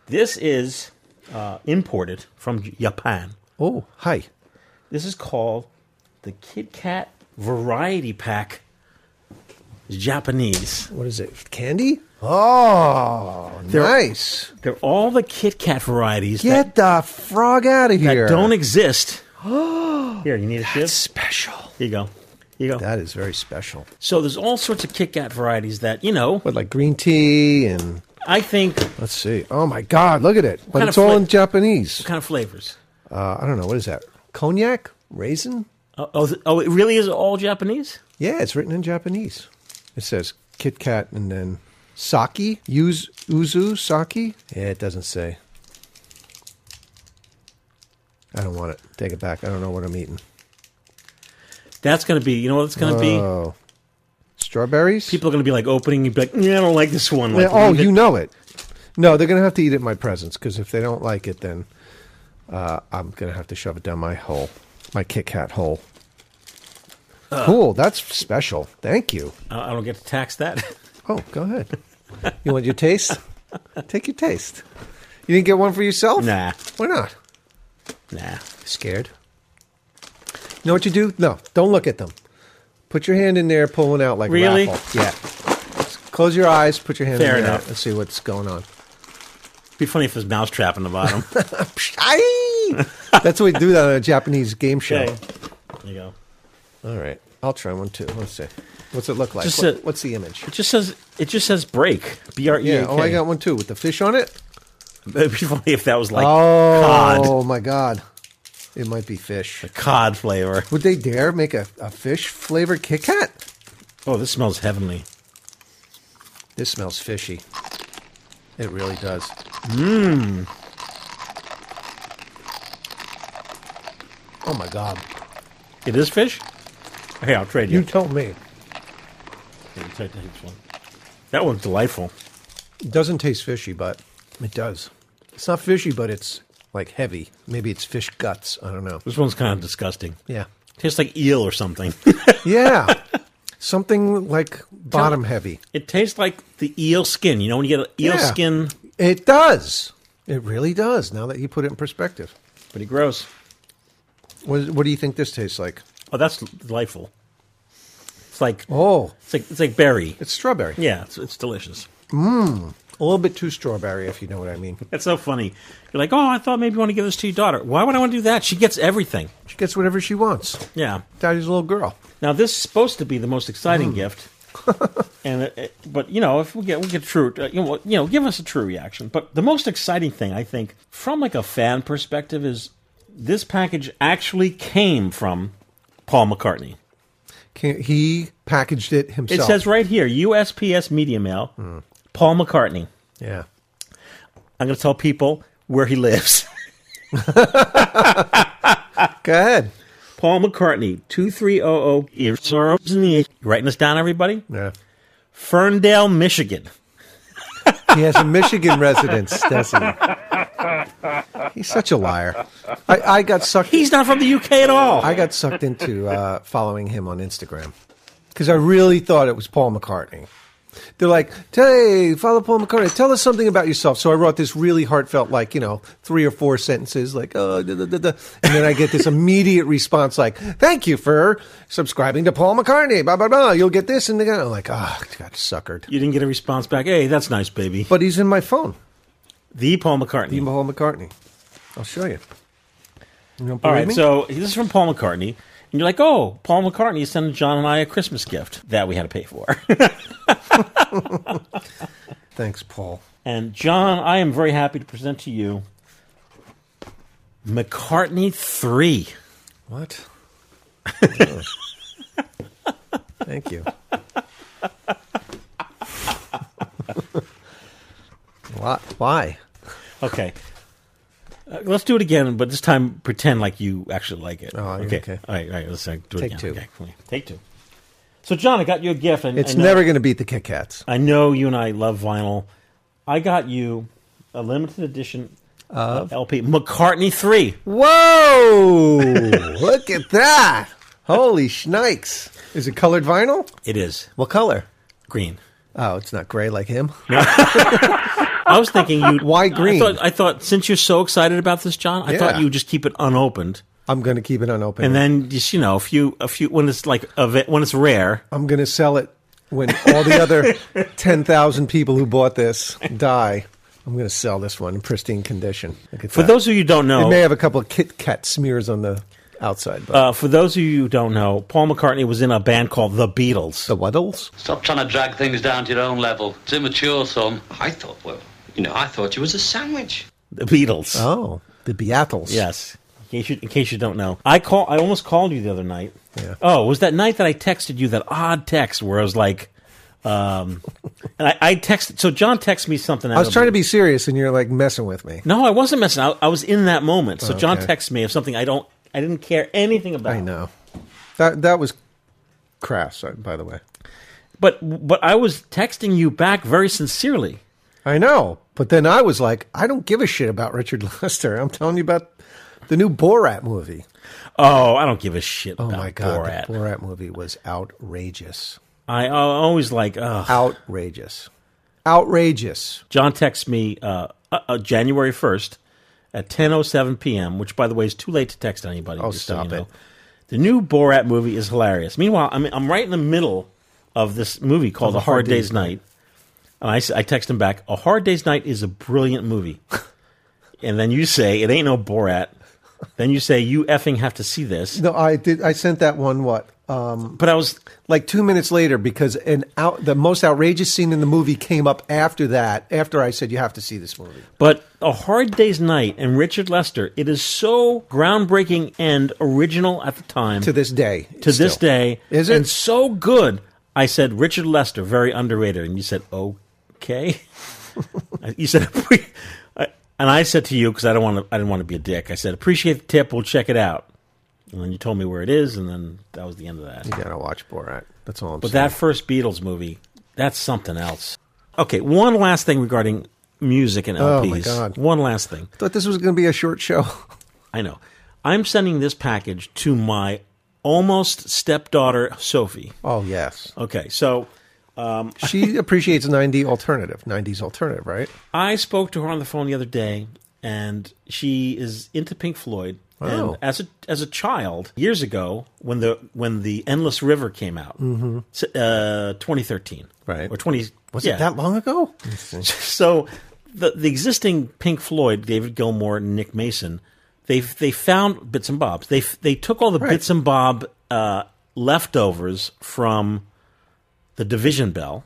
[SPEAKER 2] This is uh, imported from Japan.
[SPEAKER 3] Oh, hi.
[SPEAKER 2] This is called the Kit Kat Variety Pack. It's Japanese.
[SPEAKER 3] What is it? Candy? Oh, nice.
[SPEAKER 2] They're all the Kit Kat varieties
[SPEAKER 3] Get the frog out of
[SPEAKER 2] that,
[SPEAKER 3] here.
[SPEAKER 2] that don't exist. Here, you need a
[SPEAKER 3] That's
[SPEAKER 2] shiv?
[SPEAKER 3] special.
[SPEAKER 2] Here you go. Here you go.
[SPEAKER 3] That is very special.
[SPEAKER 2] so there's all sorts of Kit Kat varieties that, you know,
[SPEAKER 3] What, like green tea and
[SPEAKER 2] I think
[SPEAKER 3] let's see. Oh my God, look at it. But
[SPEAKER 2] kind
[SPEAKER 3] it's
[SPEAKER 2] of
[SPEAKER 3] all
[SPEAKER 2] fla-
[SPEAKER 3] in Japanese.
[SPEAKER 2] kind of flavors.
[SPEAKER 3] Uh, I don't know. What is that? Cognac? Raisin?
[SPEAKER 2] Oh, oh, th- oh, it really is all Japanese?
[SPEAKER 3] Yeah, it's written in Japanese. It says Kit Kat and then Saki, Yuz, Uzu, Saki. Yeah, it doesn't say. I don't want it. Take it back. I don't know what I'm eating.
[SPEAKER 2] That's going to be, you know what it's going to be?
[SPEAKER 3] Oh, strawberries.
[SPEAKER 2] People are going to be like opening and be like, yeah, I don't like this one.
[SPEAKER 3] Yeah,
[SPEAKER 2] Like,
[SPEAKER 3] oh,
[SPEAKER 2] leave it.
[SPEAKER 3] you know it. No, they're gonna have to eat it in my presence because if they don't like it, then uh, I'm gonna have to shove it down my hole, my Kit Kat hole.
[SPEAKER 2] Uh.
[SPEAKER 3] cool. That's special. Thank you.
[SPEAKER 2] I I don't get to tax that.
[SPEAKER 3] Oh, go ahead. You want your taste? Take your taste. You didn't get one for yourself?
[SPEAKER 2] nah,
[SPEAKER 3] Why not?
[SPEAKER 2] nah.
[SPEAKER 3] Scared. You know what you do? No, don't look at them. Put your hand in there, pull one out like
[SPEAKER 2] Really?
[SPEAKER 3] a raffle. Yeah. Close your eyes, put your hand
[SPEAKER 2] Fair
[SPEAKER 3] in there,
[SPEAKER 2] enough.
[SPEAKER 3] and see what's going on.
[SPEAKER 2] Be funny if there's mousetrap in the bottom.
[SPEAKER 3] Aye! That's what we do that on a Japanese game show.
[SPEAKER 2] Okay. There you go.
[SPEAKER 3] All right. I'll try one too. Let's see. What's it look like?
[SPEAKER 2] Just
[SPEAKER 3] What-
[SPEAKER 2] a-
[SPEAKER 3] what's the image?
[SPEAKER 2] It just says it just says break. B R E
[SPEAKER 3] Yeah.
[SPEAKER 2] A K.
[SPEAKER 3] Oh, I got one too with the fish on it.
[SPEAKER 2] It'd be funny if that was like cod,
[SPEAKER 3] oh my god, it might be fish.
[SPEAKER 2] cod flavor.
[SPEAKER 3] Would they dare make a, a fish flavored Kit Kat?
[SPEAKER 2] Oh, this smells heavenly.
[SPEAKER 3] This smells fishy. It really does. Mmm. Oh my god.
[SPEAKER 2] It is fish. Hey, I'll trade you.
[SPEAKER 3] You tell me.
[SPEAKER 2] Here, you take this one. That one's delightful.
[SPEAKER 3] It doesn't taste fishy, but it does. It's not fishy, but it's like heavy. Maybe it's fish guts. I don't know.
[SPEAKER 2] This one's kind of disgusting.
[SPEAKER 3] Yeah.
[SPEAKER 2] Tastes like eel or something.
[SPEAKER 3] Yeah. Something like bottom heavy.
[SPEAKER 2] it tastes like the eel skin. You know when you get an eel
[SPEAKER 3] Yeah.
[SPEAKER 2] skin,
[SPEAKER 3] It does. It really does. Now that you put it in perspective.
[SPEAKER 2] pretty gross.
[SPEAKER 3] What, what do you think this tastes like?
[SPEAKER 2] Oh, that's delightful. It's like
[SPEAKER 3] Oh,
[SPEAKER 2] it's like it's like berry.
[SPEAKER 3] it's strawberry.
[SPEAKER 2] Yeah, it's, it's delicious.
[SPEAKER 3] A little bit too strawberry, if you know what I mean.
[SPEAKER 2] That's so funny. You're like, oh, I thought maybe you want to give this to your daughter. Why would I want to do that? She gets everything.
[SPEAKER 3] She gets whatever she wants.
[SPEAKER 2] Yeah.
[SPEAKER 3] Daddy's a little girl.
[SPEAKER 2] Now this is supposed to be the most exciting gift, and it, it- but you know if we get we get true, uh, you know what- you know give us a true reaction. But the most exciting thing I think from like a fan perspective is this package actually came from Paul McCartney.
[SPEAKER 3] Can, he packaged it
[SPEAKER 2] It
[SPEAKER 3] himself.
[SPEAKER 2] says right here USPS Media Mail, Paul McCartney.
[SPEAKER 3] Yeah.
[SPEAKER 2] I'm going to tell people where he lives.
[SPEAKER 3] Go ahead.
[SPEAKER 2] Paul McCartney, 2300 Ears Are Open. You Writing this down, everybody?
[SPEAKER 3] Yeah.
[SPEAKER 2] Ferndale, Michigan.
[SPEAKER 3] He has a Michigan residence, doesn't he? He's such a liar. I, I got sucked.
[SPEAKER 2] He's not from the UK at all.
[SPEAKER 3] I got sucked into uh, following him on Instagram because I really thought it was Paul McCartney. They're like, "Hey, follow Paul McCartney. Tell us something about yourself." So I wrote this really heartfelt, like you know, three or four sentences, like "oh," da, da, da, da. and then I get this immediate response, like "Thank you for subscribing to Paul McCartney." Blah blah blah. You'll get this and that. I'm like, "Ah, oh, got suckered."
[SPEAKER 2] you didn't get a response back. Hey, that's nice, baby.
[SPEAKER 3] But he's in my phone.
[SPEAKER 2] The Paul McCartney.
[SPEAKER 3] Paul McCartney. I'll show you. You don't believe
[SPEAKER 2] All right,
[SPEAKER 3] me?
[SPEAKER 2] so this is from Paul McCartney, and you're like, "Oh, Paul McCartney is sending John and I a Christmas gift that we had to pay for."
[SPEAKER 3] Thanks, Paul.
[SPEAKER 2] and John, I am very happy to present to you McCartney Three.
[SPEAKER 3] What? Thank you. Why? Why?
[SPEAKER 2] Okay, Uh, let's do it again, but this time pretend like you actually like it.
[SPEAKER 3] Oh,
[SPEAKER 2] okay.
[SPEAKER 3] okay.
[SPEAKER 2] All right, all right. Let's uh, do it
[SPEAKER 3] Take
[SPEAKER 2] again.
[SPEAKER 3] two.
[SPEAKER 2] Okay, cool. Take two. So, John, I got you a gift. And uh,
[SPEAKER 3] It's
[SPEAKER 2] I know-
[SPEAKER 3] never going to beat the Kit Kats.
[SPEAKER 2] I know you and I love vinyl. I got you a limited edition uh, LP McCartney Three.
[SPEAKER 3] Whoa! Look at that! Holy shnikes! Is it colored vinyl?
[SPEAKER 2] It is
[SPEAKER 3] What color?
[SPEAKER 2] green.
[SPEAKER 3] Oh, it's not gray like him.
[SPEAKER 2] I was thinking you
[SPEAKER 3] Why green?
[SPEAKER 2] I thought, I thought since you're so excited about this, John, I
[SPEAKER 3] Yeah.
[SPEAKER 2] thought you would just keep it unopened,
[SPEAKER 3] I'm going to keep it unopened.
[SPEAKER 2] and then just you know, a few, a few when it's like a, ve- when it's rare,
[SPEAKER 3] I'm going to sell it when all the other 10,000 people who bought this die. I'm going to sell this one in pristine condition. Look at
[SPEAKER 2] For
[SPEAKER 3] that.
[SPEAKER 2] those of you who don't know,
[SPEAKER 3] It may have a couple of Kit Kat smears on the outside, but
[SPEAKER 2] uh, for those of you who don't know, Paul McCartney was in a band called The Beatles.
[SPEAKER 3] the Wuddles?
[SPEAKER 10] Stop trying to drag things down to your own level. It's immature, son. I thought, well, you know, I thought you was a sandwich.
[SPEAKER 2] The Beatles.
[SPEAKER 3] Oh, the Beatles.
[SPEAKER 2] Yes. In case, you, in case you don't know, I call. I almost called you the other night.
[SPEAKER 3] Yeah.
[SPEAKER 2] Oh, it was that night that I texted you that odd text where I was like, um, and I, I texted. So John texted me something.
[SPEAKER 3] I was trying to be serious, and you're like messing with me.
[SPEAKER 2] No, I wasn't messing. I, I was in that moment. So John
[SPEAKER 3] Oh, Okay.
[SPEAKER 2] texted me of something I don't. I didn't care anything about.
[SPEAKER 3] I know. That that was crass, uh, by the way.
[SPEAKER 2] But but I was texting you back very sincerely.
[SPEAKER 3] I know. But then I was like, I don't give a shit about Richard Lester. I'm telling you about the new Borat movie.
[SPEAKER 2] Oh, I don't give a shit
[SPEAKER 3] Oh
[SPEAKER 2] about
[SPEAKER 3] my god,
[SPEAKER 2] Borat.
[SPEAKER 3] the Borat movie was outrageous.
[SPEAKER 2] I, I always like. Ugh.
[SPEAKER 3] outrageous. Outrageous.
[SPEAKER 2] John texts me uh, uh, uh, January first at ten oh seven p.m., which by the way is too late to text anybody.
[SPEAKER 3] Oh,
[SPEAKER 2] just so
[SPEAKER 3] stop
[SPEAKER 2] you know.
[SPEAKER 3] it.
[SPEAKER 2] The new Borat movie is hilarious. Meanwhile, I'm I'm right in the middle of this movie called A Hard, Day's, Night, and I s- I text him back. A Hard Day's Night is a brilliant movie, and then you say it ain't no Borat. Then you say you effing have to see this.
[SPEAKER 3] No, I did. I sent that one. What? Um,
[SPEAKER 2] but I was
[SPEAKER 3] like two minutes later because an out the most outrageous scene in the movie came up after that. After I said you have to see this movie.
[SPEAKER 2] But A Hard Day's Night and Richard Lester, it is so groundbreaking and original at the time. To
[SPEAKER 3] this day.
[SPEAKER 2] To this
[SPEAKER 3] still.
[SPEAKER 2] day.
[SPEAKER 3] Is it?
[SPEAKER 2] And so good. I said, Richard Lester, very underrated. And you said, okay. you said, and I said to you, because I, don't wanna- I didn't want to be a dick, I said, appreciate the tip. We'll check it out. And then you told me where it is, and then that was the end of that. You
[SPEAKER 3] gotta watch Borat. That's all I'm
[SPEAKER 2] But
[SPEAKER 3] saying.
[SPEAKER 2] that first Beatles movie, that's something else. Okay, one last thing regarding music and
[SPEAKER 3] Oh,
[SPEAKER 2] LPs.
[SPEAKER 3] my God.
[SPEAKER 2] One last thing.
[SPEAKER 3] Thought this was going to be a short show.
[SPEAKER 2] I know. I'm sending this package to my almost stepdaughter Sophie.
[SPEAKER 3] Oh yes.
[SPEAKER 2] Okay, so um,
[SPEAKER 3] she appreciates 90 alternative, 90s alternative, right?
[SPEAKER 2] I spoke to her on the phone the other day, and she is into Pink Floyd.
[SPEAKER 3] Wow.
[SPEAKER 2] And as a as a child, years ago, when the when the Endless River came out,
[SPEAKER 3] Mhm.
[SPEAKER 2] s- uh, 2013, right, or 20
[SPEAKER 3] Was
[SPEAKER 2] yeah.
[SPEAKER 3] it that long ago?
[SPEAKER 2] so the the existing Pink Floyd, David Gilmour, and Nick Mason, they they found bits and bobs. They they took all the
[SPEAKER 3] Right.
[SPEAKER 2] bits and bob uh, leftovers from the Division Bell.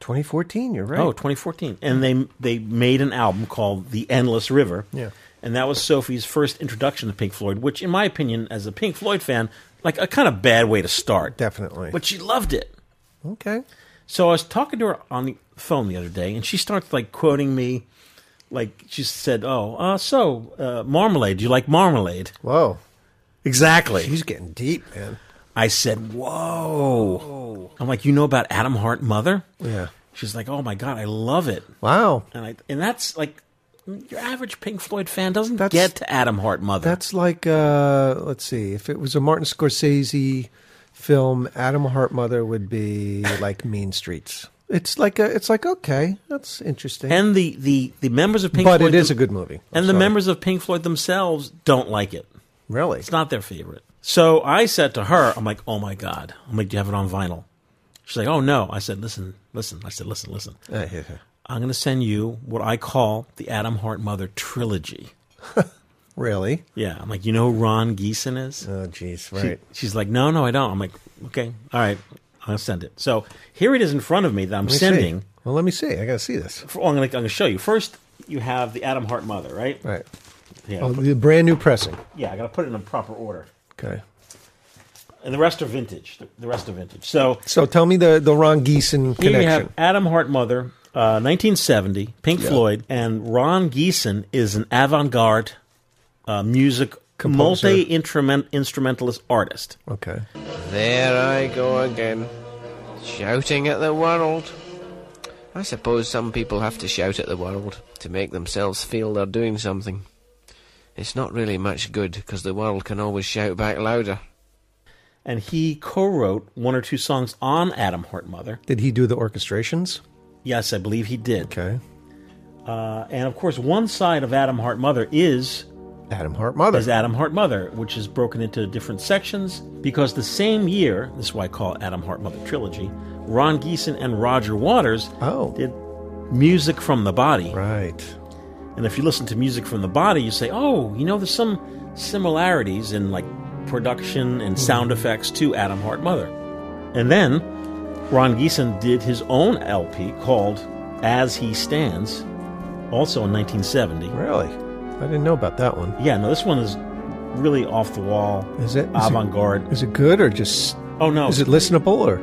[SPEAKER 3] 2014, you're right.
[SPEAKER 2] Oh, 2014. And they they made an album called The Endless River.
[SPEAKER 3] Yeah.
[SPEAKER 2] And that was Sophie's first introduction to Pink Floyd, which in my opinion as a Pink Floyd fan, like a kind of bad way to start.
[SPEAKER 3] Definitely.
[SPEAKER 2] But she loved it.
[SPEAKER 3] Okay.
[SPEAKER 2] So I was talking to her on the phone the other day, and she starts like quoting me, like she said, "Oh, uh, so uh, marmalade? Do you like marmalade?"
[SPEAKER 3] Whoa,
[SPEAKER 2] exactly.
[SPEAKER 3] She's getting deep, man.
[SPEAKER 2] I said, "Whoa!" I'm like, "You know about Adam Hart, Mother?"
[SPEAKER 3] Yeah.
[SPEAKER 2] She's like, "Oh my god, I love it!"
[SPEAKER 3] Wow.
[SPEAKER 2] And I and that's like your average Pink Floyd fan doesn't get to Adam Hart, Mother.
[SPEAKER 3] That's like, uh, let's see, if it was a Martin Scorsese film, Adam Hart Mother would be like Mean Streets. It's like a, it's like okay, that's interesting.
[SPEAKER 2] and the, the, the members of Pink
[SPEAKER 3] But
[SPEAKER 2] Floyd,
[SPEAKER 3] it is a good movie. I'm
[SPEAKER 2] and the
[SPEAKER 3] sorry.
[SPEAKER 2] members of Pink Floyd themselves don't like it.
[SPEAKER 3] Really,
[SPEAKER 2] it's not their favorite. So I said to her, "I'm like, oh my god, I'm like, do you have it on vinyl?" She's like, "Oh no." I said, "Listen, listen." I said, "Listen, listen."
[SPEAKER 3] Uh,
[SPEAKER 2] I'm going to send you what I call the Adam Hart Mother trilogy.
[SPEAKER 3] really?
[SPEAKER 2] Yeah, I'm like, you know who Ron Geeson is?
[SPEAKER 3] Oh, jeez,
[SPEAKER 2] She-
[SPEAKER 3] right.
[SPEAKER 2] she's like, no, no, I don't. I'm like, okay, all right, I'll send it. So here it is in front of me that I'm
[SPEAKER 3] Let me see.
[SPEAKER 2] sending.
[SPEAKER 3] Well, let me see. I gotta see this.
[SPEAKER 2] For- oh, I'm going to show you. First, you have the Adam Hart Mother, right?
[SPEAKER 3] Right.
[SPEAKER 2] Yeah,
[SPEAKER 3] Oh, the brand new pressing.
[SPEAKER 2] yeah. I got to put it in a proper order,
[SPEAKER 3] Okay.
[SPEAKER 2] and the rest are vintage. The- The rest are vintage. So
[SPEAKER 3] So tell me the the Ron Geeson
[SPEAKER 2] Here you
[SPEAKER 3] connection.
[SPEAKER 2] have Adam Hart Mother, uh, 1970, Pink
[SPEAKER 3] Yeah.
[SPEAKER 2] Floyd, and Ron Geeson is an avant-garde uh, music
[SPEAKER 3] Composer.
[SPEAKER 2] multi-instrumentalist artist.
[SPEAKER 3] Okay.
[SPEAKER 11] There I go again, shouting at the world. I suppose some people have to shout at the world to make themselves feel they're doing something. It's not really much good, because the world can always shout back louder.
[SPEAKER 2] And he co-wrote one or two songs on Adam Hart Mother.
[SPEAKER 3] Did he do the orchestrations?
[SPEAKER 2] Yes, I believe he did.
[SPEAKER 3] Okay.
[SPEAKER 2] Uh, and of course, one side of Adam Hart Mother is
[SPEAKER 3] Adam Hart Mother.
[SPEAKER 2] Is Adam Hart Mother, which is broken into different sections because the same year, this is why I call it Adam Hart Mother trilogy. Ron Geeson and Roger Waters did music from the body.
[SPEAKER 3] Right.
[SPEAKER 2] And if you listen to music from the body, you say, "Oh, you know, there's some similarities in like production and sound effects to Adam Hart Mother." And then Ron Geeson did his own LP called As He Stands, also in 1970.
[SPEAKER 3] Really? I didn't know about that one.
[SPEAKER 2] Yeah, no, this one is really off the wall.
[SPEAKER 3] Is it is it-
[SPEAKER 2] avant garde?
[SPEAKER 3] Is it good or just?
[SPEAKER 2] Oh, no.
[SPEAKER 3] Is it listenable or?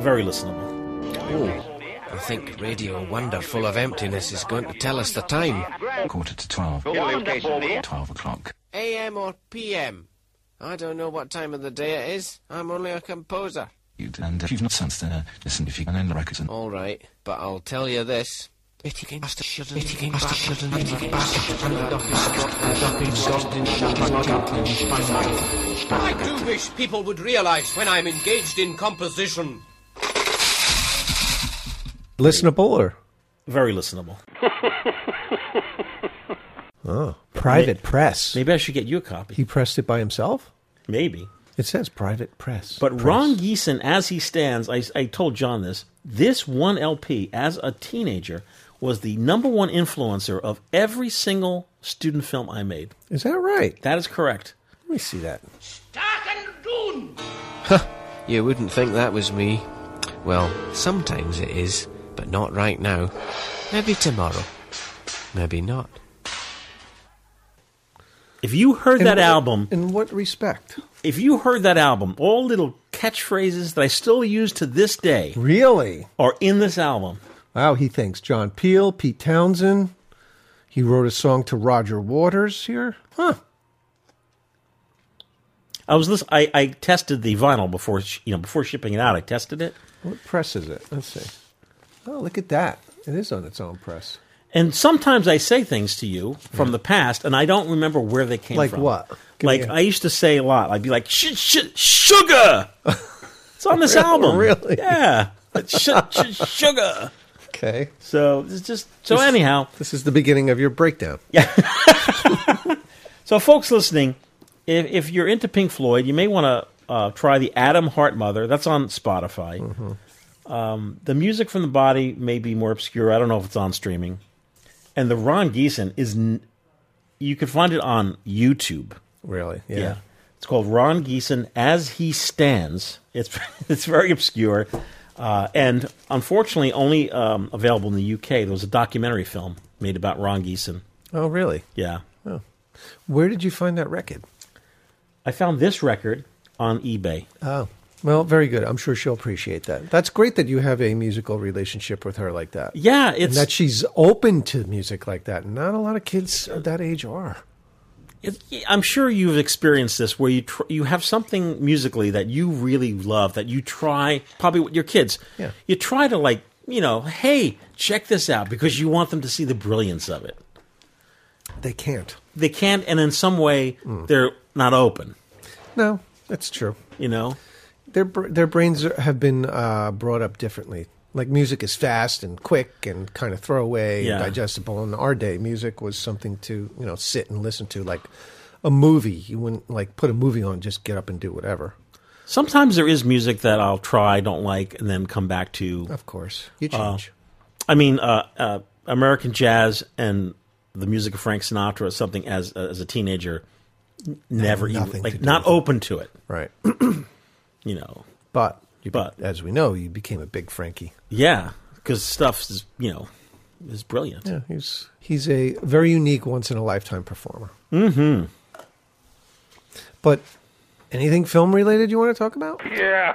[SPEAKER 2] Very listenable.
[SPEAKER 11] I think Radio Wonder Full of Emptiness is going to tell us the time.
[SPEAKER 4] Quarter to twelve. Twelve o'clock.
[SPEAKER 11] AM or PM? I don't know what time of the day it is. I'm only a composer.
[SPEAKER 4] And if you've not sensed, uh, listen if you can end the records and
[SPEAKER 11] All right, but I'll tell you this. Mitigate, master, shut and mitigate, master, shut and mitigate, master, shut and I do wish people would realize when I'm engaged in composition.
[SPEAKER 3] Listenable or?
[SPEAKER 2] Very listenable.
[SPEAKER 3] Oh, private press.
[SPEAKER 2] Maybe I should get you a copy.
[SPEAKER 3] He pressed it by himself.
[SPEAKER 2] Maybe.
[SPEAKER 3] It says private press.
[SPEAKER 2] But Ron Geeson, as he stands, I, I told John this. This one LP, as a teenager, was the number one influencer of every single student film I made.
[SPEAKER 3] Is that right?
[SPEAKER 2] That is correct.
[SPEAKER 3] Let me see that.
[SPEAKER 7] Stark and Dune.
[SPEAKER 11] You wouldn't think that was me. Well, sometimes it is, but not right now. Maybe tomorrow. Maybe not.
[SPEAKER 2] If you heard
[SPEAKER 3] In
[SPEAKER 2] that
[SPEAKER 3] what-
[SPEAKER 2] album,
[SPEAKER 3] In what respect?
[SPEAKER 2] if you heard that album, all little catchphrases that I still use to this day
[SPEAKER 3] Really?
[SPEAKER 2] are in this album.
[SPEAKER 3] Wow, he thanks John Peel, Pete Townsend. He wrote a song to Roger Waters here. Huh.
[SPEAKER 2] I was listen- I, I tested the vinyl before sh- you know before shipping it out. I tested it,
[SPEAKER 3] What press is it? Let's see. Oh, look at that. It is on its own press.
[SPEAKER 2] and sometimes I say things to you from the past, and I don't remember where they came
[SPEAKER 3] Like
[SPEAKER 2] from.
[SPEAKER 3] what? Give
[SPEAKER 2] like
[SPEAKER 3] me a-
[SPEAKER 2] I used to say a lot. I'd be like, sh- sh- "Sugar." It's on this
[SPEAKER 3] Really?
[SPEAKER 2] album.
[SPEAKER 3] Really?
[SPEAKER 2] Yeah. Sh- sh- sugar.
[SPEAKER 3] Okay.
[SPEAKER 2] So it's just so
[SPEAKER 3] This-
[SPEAKER 2] anyhow.
[SPEAKER 3] This is the beginning of your breakdown.
[SPEAKER 2] So, folks listening, if, if you're into Pink Floyd, you may want to uh, try the Adam Hart Mother. That's on Spotify. Um, the music from the body may be more obscure. I don't know if it's on streaming. And the Ron Geeson is, n- you can find it on YouTube.
[SPEAKER 3] Really? Yeah.
[SPEAKER 2] It's called Ron Geeson as he stands. It's it's very obscure, uh, and unfortunately only um, available in the UK. There was a documentary film made about Ron Geeson.
[SPEAKER 3] Oh, really?
[SPEAKER 2] Yeah.
[SPEAKER 3] Oh. Where did you find that record?
[SPEAKER 2] I found this record on eBay.
[SPEAKER 3] Oh. Well, very good. I'm sure she'll appreciate that. That's great that you have a musical relationship with her like that.
[SPEAKER 2] Yeah,
[SPEAKER 3] and
[SPEAKER 2] it's
[SPEAKER 3] that she's open to music like that. Not a lot of kids of that age are.
[SPEAKER 2] it, I'm sure you've experienced this where you tr- you have something musically that you really love that you try probably with your kids.
[SPEAKER 3] Yeah.
[SPEAKER 2] You try to like, you know, hey, check this out because you want them to see the brilliance of it.
[SPEAKER 3] They can't.
[SPEAKER 2] They can't and in some way
[SPEAKER 3] Hmm.
[SPEAKER 2] they're not open,
[SPEAKER 3] No, that's true.
[SPEAKER 2] you know.
[SPEAKER 3] Their br- their brains are, have been uh, brought up differently. Like music is fast and quick and kind of throwaway,
[SPEAKER 2] Yeah.
[SPEAKER 3] and digestible. In our day, music was something to you know sit and listen to, like a movie. You wouldn't like put a movie on, just get up and do whatever.
[SPEAKER 2] Sometimes there is music that I'll try, don't like and then come back to
[SPEAKER 3] Of course, you change.
[SPEAKER 2] I mean, uh, uh, American jazz and the music of Frank Sinatra is something as as a teenager n- never even
[SPEAKER 3] nothing to
[SPEAKER 2] like
[SPEAKER 3] do
[SPEAKER 2] not
[SPEAKER 3] with it.
[SPEAKER 2] open to it,
[SPEAKER 3] right,
[SPEAKER 2] you know.
[SPEAKER 3] but you,
[SPEAKER 2] But-
[SPEAKER 3] as we know, you became a big Frankie.
[SPEAKER 2] Yeah, because stuff is you know is brilliant.
[SPEAKER 3] Yeah, he's he's a very unique, once in a lifetime performer.
[SPEAKER 2] Mm-hmm.
[SPEAKER 3] But anything film related you want to talk about?
[SPEAKER 12] Yeah.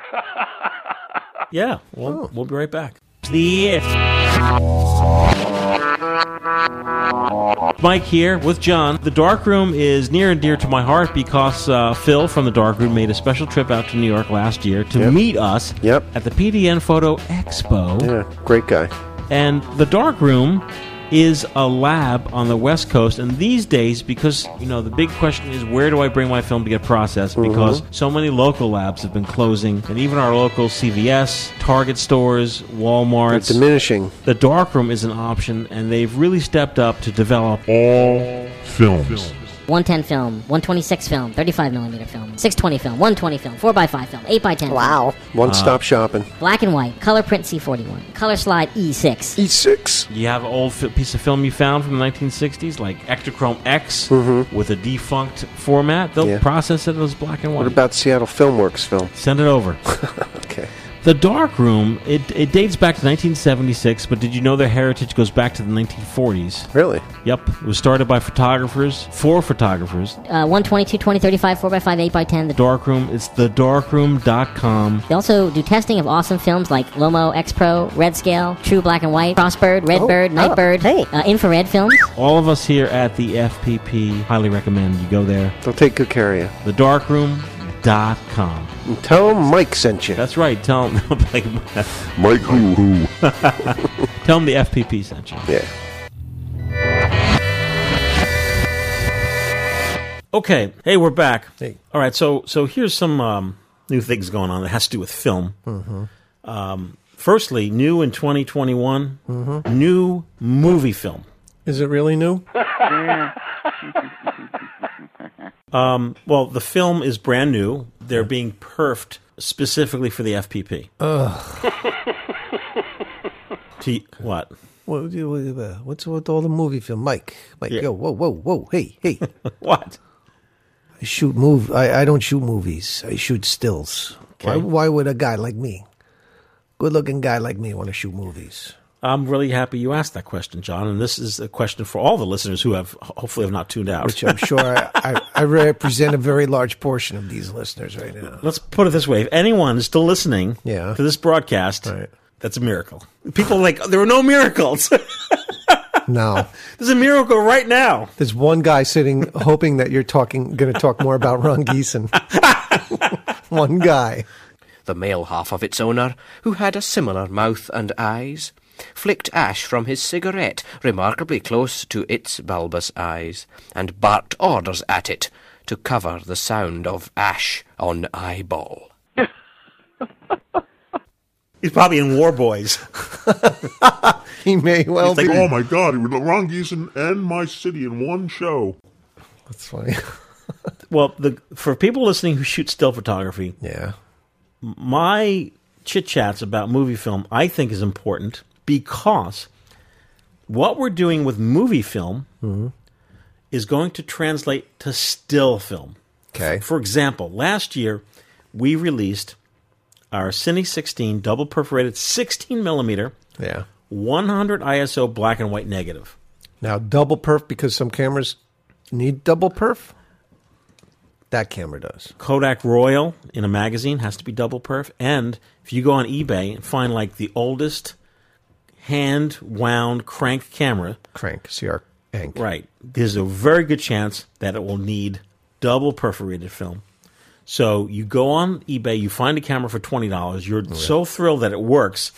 [SPEAKER 2] Yeah, we'll,
[SPEAKER 3] Oh.
[SPEAKER 2] we'll be right back. The Mike here with John. The Dark Room is near and dear to my heart because uh, Phil from The Dark Room made a special trip out to New York last year to meet us
[SPEAKER 3] Yep.
[SPEAKER 2] at the PDN Photo Expo.
[SPEAKER 3] Yeah, great guy.
[SPEAKER 2] And the dark room is a lab on the West Coast. And these days, because, you know, the big question is where do I bring my film to get processed?
[SPEAKER 13] Mm-hmm.
[SPEAKER 2] Because so many local labs have been closing, and even our local CVS, Target stores, Walmart.
[SPEAKER 3] diminishing.
[SPEAKER 2] The dark room is an option, and they've really stepped up to develop
[SPEAKER 14] All films.
[SPEAKER 15] 110 film, 126 film, 35 millimeter film, 620 film, 120 film, 4x5 film, 8x10. Wow.
[SPEAKER 3] One
[SPEAKER 2] stop
[SPEAKER 3] shopping.
[SPEAKER 15] Black and white, color print C41, color slide E E6.
[SPEAKER 13] E
[SPEAKER 3] E6.
[SPEAKER 2] You have an old fi- piece of film you found from the 1960s, like Ektachrome X with a defunct format. They'll
[SPEAKER 13] Mm-hmm. Yeah.
[SPEAKER 2] process it as black and white.
[SPEAKER 13] about Seattle Filmworks film?
[SPEAKER 2] Send it over.
[SPEAKER 13] Okay.
[SPEAKER 2] The Dark Room, it, it dates back to 1976, but did you know their heritage goes back to the 1940s?
[SPEAKER 13] Really?
[SPEAKER 2] Yep. It was started by photographers, four photographers.
[SPEAKER 15] Uh, 122, 20, 35, 4x5, 8x10. The
[SPEAKER 2] Dark Room, it's thedarkroom.com.
[SPEAKER 15] They also do testing of awesome films like Lomo X Pro, Red Scale, True Black and White, Crossbird, Red
[SPEAKER 16] Oh,
[SPEAKER 15] Bird,
[SPEAKER 16] oh,
[SPEAKER 15] Nightbird, uh, infrared films.
[SPEAKER 2] All of us here at the FPP highly recommend you go there.
[SPEAKER 13] They'll take good care of you.
[SPEAKER 2] Thedarkroom.com.
[SPEAKER 13] And tell 'em Mike sent you.
[SPEAKER 2] That's right. Tell them, like,
[SPEAKER 13] Mike who? who?
[SPEAKER 2] tell them the FPP sent you.
[SPEAKER 13] Yeah.
[SPEAKER 2] Okay. Hey, we're back.
[SPEAKER 3] Hey.
[SPEAKER 2] All right. So so here's some um, new things going on that has to do with film.
[SPEAKER 3] Mm-hmm.
[SPEAKER 2] Um, firstly, new in 2021,
[SPEAKER 3] Mm-hmm.
[SPEAKER 2] new movie film.
[SPEAKER 3] Is it really new?
[SPEAKER 2] Um, well, the film is brand new. They're being perfed specifically for the FPP.
[SPEAKER 3] Ugh.
[SPEAKER 2] T- what?
[SPEAKER 3] What, would you- what- uh, what's with all the movie film, Mike? Mike, yo, whoa, whoa, whoa, hey, hey.
[SPEAKER 2] what?
[SPEAKER 3] I shoot move. I, I don't shoot movies. I shoot stills. Why, why would a guy like me, good looking guy like me, want to shoot movies?
[SPEAKER 2] I'm really happy you asked that question, John. And this is a question for all the listeners who have hopefully have not tuned out.
[SPEAKER 3] Which I'm sure I, I, I represent a very large portion of these listeners right now.
[SPEAKER 2] Let's put it this way: if anyone is still listening to this broadcast, that's a miracle. People are like there are no miracles.
[SPEAKER 3] No.
[SPEAKER 2] There's a miracle right now.
[SPEAKER 3] There's one guy sitting hoping that you're talking going to talk more about Ron Geeson. one guy.
[SPEAKER 11] The male half of its owner, who had a similar mouth and eyes, flicked ash from his cigarette remarkably close to its bulbous eyes, and barked orders at it to cover the sound of ash on eyeball.
[SPEAKER 2] He's probably in War Boys.
[SPEAKER 3] he may well
[SPEAKER 4] He's like,
[SPEAKER 3] be.
[SPEAKER 4] oh my god, it was the wrong Geeson and my city in one show.
[SPEAKER 3] That's funny.
[SPEAKER 2] well, the for people listening who shoot still photography,
[SPEAKER 3] yeah,
[SPEAKER 2] my chit chats about movie film I think is important because what we're doing with movie film is going to translate to still film.
[SPEAKER 3] Okay.
[SPEAKER 2] For example, last year we released our Cine 16 double perforated 16 millimeter,
[SPEAKER 3] Yeah.
[SPEAKER 2] 100 ISO black and white negative.
[SPEAKER 3] Now double perf because some cameras need double perf. That camera does.
[SPEAKER 2] Kodak Royal in a magazine has to be double perf. And if you go on eBay and find like the oldest hand wound crank camera,
[SPEAKER 3] crank, CR crank.
[SPEAKER 2] Right. There's a very good chance that it will need double perforated film. So you go on eBay, you find a camera for $20.
[SPEAKER 3] Oh,
[SPEAKER 2] You're so thrilled that it works.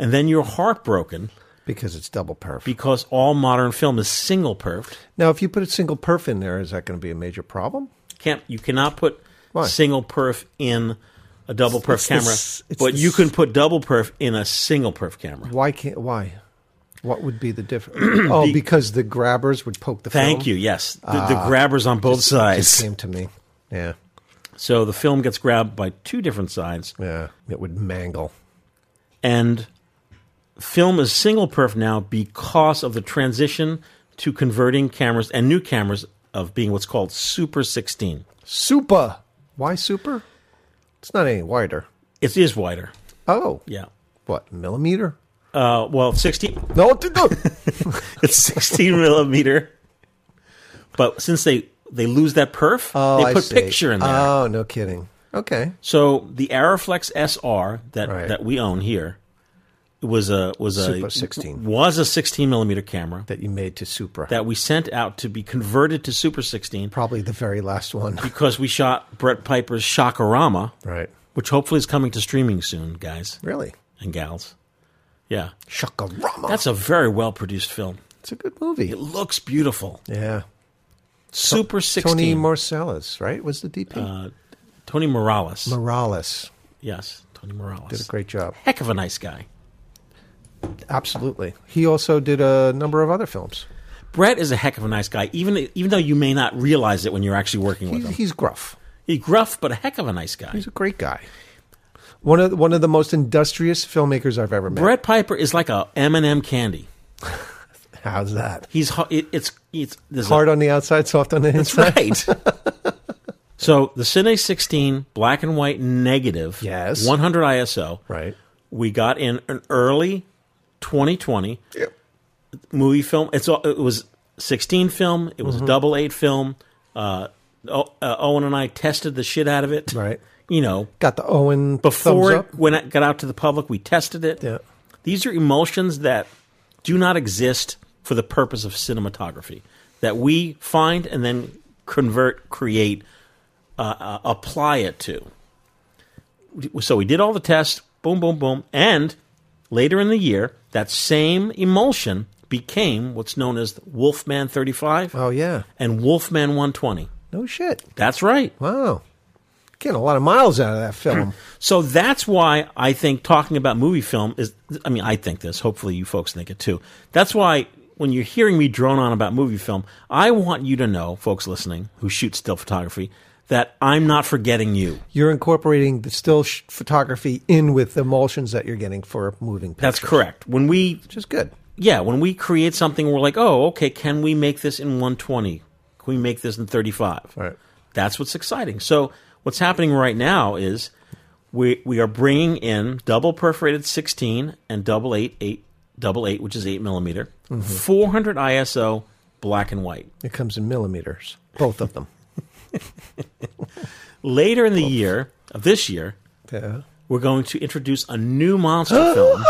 [SPEAKER 2] And then you're heartbroken
[SPEAKER 3] because it's double perf.
[SPEAKER 2] Because all modern film is single perfed.
[SPEAKER 3] Now, if you put a single perf in there, is that going to be a major problem?
[SPEAKER 2] Can't you cannot put
[SPEAKER 3] Why?
[SPEAKER 2] single perf in a double perf
[SPEAKER 3] It's the
[SPEAKER 2] camera,
[SPEAKER 3] s- it's
[SPEAKER 2] but
[SPEAKER 3] the
[SPEAKER 2] you
[SPEAKER 3] s-
[SPEAKER 2] can put double perf in a single perf camera.
[SPEAKER 3] Why can't? Why? What would be the difference? oh,
[SPEAKER 2] The-
[SPEAKER 3] because the grabbers would poke the.
[SPEAKER 2] Thank
[SPEAKER 3] film?
[SPEAKER 2] you. Yes, the, the
[SPEAKER 3] Ah,
[SPEAKER 2] grabbers on both
[SPEAKER 3] just-
[SPEAKER 2] sides
[SPEAKER 3] just came to me. Yeah.
[SPEAKER 2] So the film gets grabbed by two different sides.
[SPEAKER 3] Yeah, it would mangle.
[SPEAKER 2] And film is single perf now because of the transition to converting cameras and new cameras of being what's called super 16.
[SPEAKER 3] Super. Why super? It's not any wider.
[SPEAKER 2] It is wider.
[SPEAKER 3] Oh.
[SPEAKER 2] Yeah.
[SPEAKER 3] What millimeter?
[SPEAKER 2] Uh, well, 16.
[SPEAKER 3] No, no.
[SPEAKER 2] it's 16 millimeter. But since they they lose that perf,
[SPEAKER 3] Oh,
[SPEAKER 2] they
[SPEAKER 3] I
[SPEAKER 2] put
[SPEAKER 3] see.
[SPEAKER 2] picture in there.
[SPEAKER 3] Oh, no kidding. Okay.
[SPEAKER 2] So the Aeroflex SR that that we own here was a was a
[SPEAKER 3] Super 16.
[SPEAKER 2] was a 16 millimeter camera
[SPEAKER 3] that you made to Supra
[SPEAKER 2] that we sent out to be converted to Super 16
[SPEAKER 3] Probably the very last one.
[SPEAKER 2] because we shot Brett Piper's Shockorama,
[SPEAKER 3] Right.
[SPEAKER 2] Which hopefully is coming to streaming soon, guys.
[SPEAKER 3] Really?
[SPEAKER 2] and gals. Yeah,
[SPEAKER 3] Shockorama.
[SPEAKER 2] That's a very well produced film.
[SPEAKER 3] It's a good movie.
[SPEAKER 2] It looks beautiful.
[SPEAKER 3] Yeah.
[SPEAKER 2] Super 16.
[SPEAKER 3] Tony Marsalis, right? Was the DP?
[SPEAKER 2] Uh, Tony Morales.
[SPEAKER 3] Morales.
[SPEAKER 2] yes, Tony Morales.
[SPEAKER 3] Did a great job.
[SPEAKER 2] Heck of a nice guy.
[SPEAKER 3] Absolutely. He also did a number of other films.
[SPEAKER 2] Brett is a heck of a nice guy, even even though you may not realize it when you're actually working with
[SPEAKER 3] He's-
[SPEAKER 2] him.
[SPEAKER 3] he's gruff.
[SPEAKER 2] He's gruff, but a heck of a nice guy.
[SPEAKER 3] He's a great guy. One of one of the most industrious filmmakers I've ever met.
[SPEAKER 2] Brett Piper is like a M&M candy.
[SPEAKER 3] How's that?
[SPEAKER 2] He's ho- it, it's it's there's a-
[SPEAKER 3] Hard on the outside, soft on the
[SPEAKER 2] That's
[SPEAKER 3] inside.
[SPEAKER 2] right. so the Cine 16 black and white negative,
[SPEAKER 3] Yes.
[SPEAKER 2] 100 ISO.
[SPEAKER 3] Right.
[SPEAKER 2] We got in an early 2020 movie film. It's all, it was 16 film. It was
[SPEAKER 3] Mhm.
[SPEAKER 2] a double eight film. Uh, O- uh, Owen and I tested the shit out of it.
[SPEAKER 3] Right.
[SPEAKER 2] You know,
[SPEAKER 3] Got the Owen
[SPEAKER 2] before
[SPEAKER 3] thumbs
[SPEAKER 2] it went out- got out to the public, we tested it.
[SPEAKER 3] Yeah.
[SPEAKER 2] These are emotions that do not exist for the purpose of cinematography that we find and then convert, create, uh, uh, apply it to. So we did all the tests, boom, boom, boom, and later in the year, that same emotion became what's known as Wolfman 35.
[SPEAKER 3] Oh yeah,
[SPEAKER 2] and Wolfman 120.
[SPEAKER 3] No shit.
[SPEAKER 2] That's right.
[SPEAKER 3] Wow. Getting a lot of miles out of that film.
[SPEAKER 2] So that's why I think talking about movie film is, I mean, I think this. Hopefully, you folks think it too. That's why when you're hearing me drone on about movie film, I want you to know, folks listening who shoot still photography, that I'm not forgetting you.
[SPEAKER 3] You're incorporating the still sh- photography in with the emulsions that you're getting for moving. Pictures.
[SPEAKER 2] That's correct. When we, which
[SPEAKER 3] is good.
[SPEAKER 2] Yeah, when we create something, we're like, oh, okay, can we make this in 120? Can we make this in 35? Right. That's what's exciting. So what's happening right now is We we are bringing in double perforated 16 and double eight eight double eight, which is eight millimeter,
[SPEAKER 3] Mhm.
[SPEAKER 2] 400 ISO, black and white.
[SPEAKER 3] It comes in millimeters, both of them.
[SPEAKER 2] Later in the year of this year,
[SPEAKER 3] Yeah.
[SPEAKER 2] we're going to introduce a new monster film.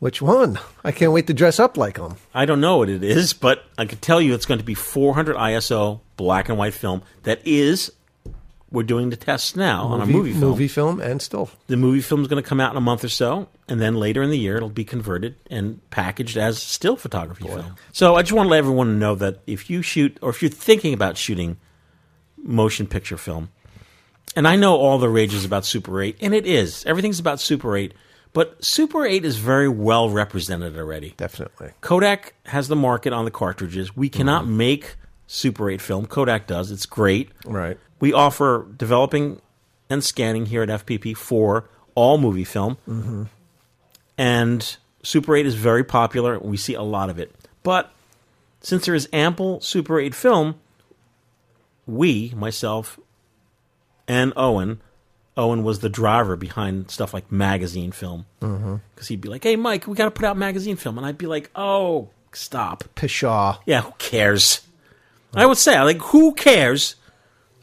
[SPEAKER 3] Which one? I can't wait to dress up like them.
[SPEAKER 2] I don't know what it is, but I can tell you it's going to be 400 ISO black and white film. That is, we're doing the tests now on a movie film.
[SPEAKER 3] movie film, and still.
[SPEAKER 2] The movie film is going to come out in a month or so, and then later in the year it'll be converted and packaged as still photography film. So I just want to let everyone know that if you shoot or if you're thinking about shooting motion picture film, and I know all the rage is about Super 8, and it is. Everything's about Super 8, but Super 8 is very well represented already.
[SPEAKER 3] Definitely.
[SPEAKER 2] Kodak has the market on the cartridges. We cannot make Super 8 film. Kodak does. It's great.
[SPEAKER 3] Right.
[SPEAKER 2] We offer developing and scanning here at FPP for all movie film.
[SPEAKER 3] Mm-hmm.
[SPEAKER 2] And Super 8 is very popular. We see a lot of it. But since there is ample Super 8 film, we, myself, and Owen, Owen was the driver behind stuff like magazine film.
[SPEAKER 3] Mhm.
[SPEAKER 2] Because he'd be like, hey, Mike, we got to put out magazine film. And I'd be like, oh, stop.
[SPEAKER 3] Pshaw.
[SPEAKER 2] Yeah, who cares? I would say, like, who cares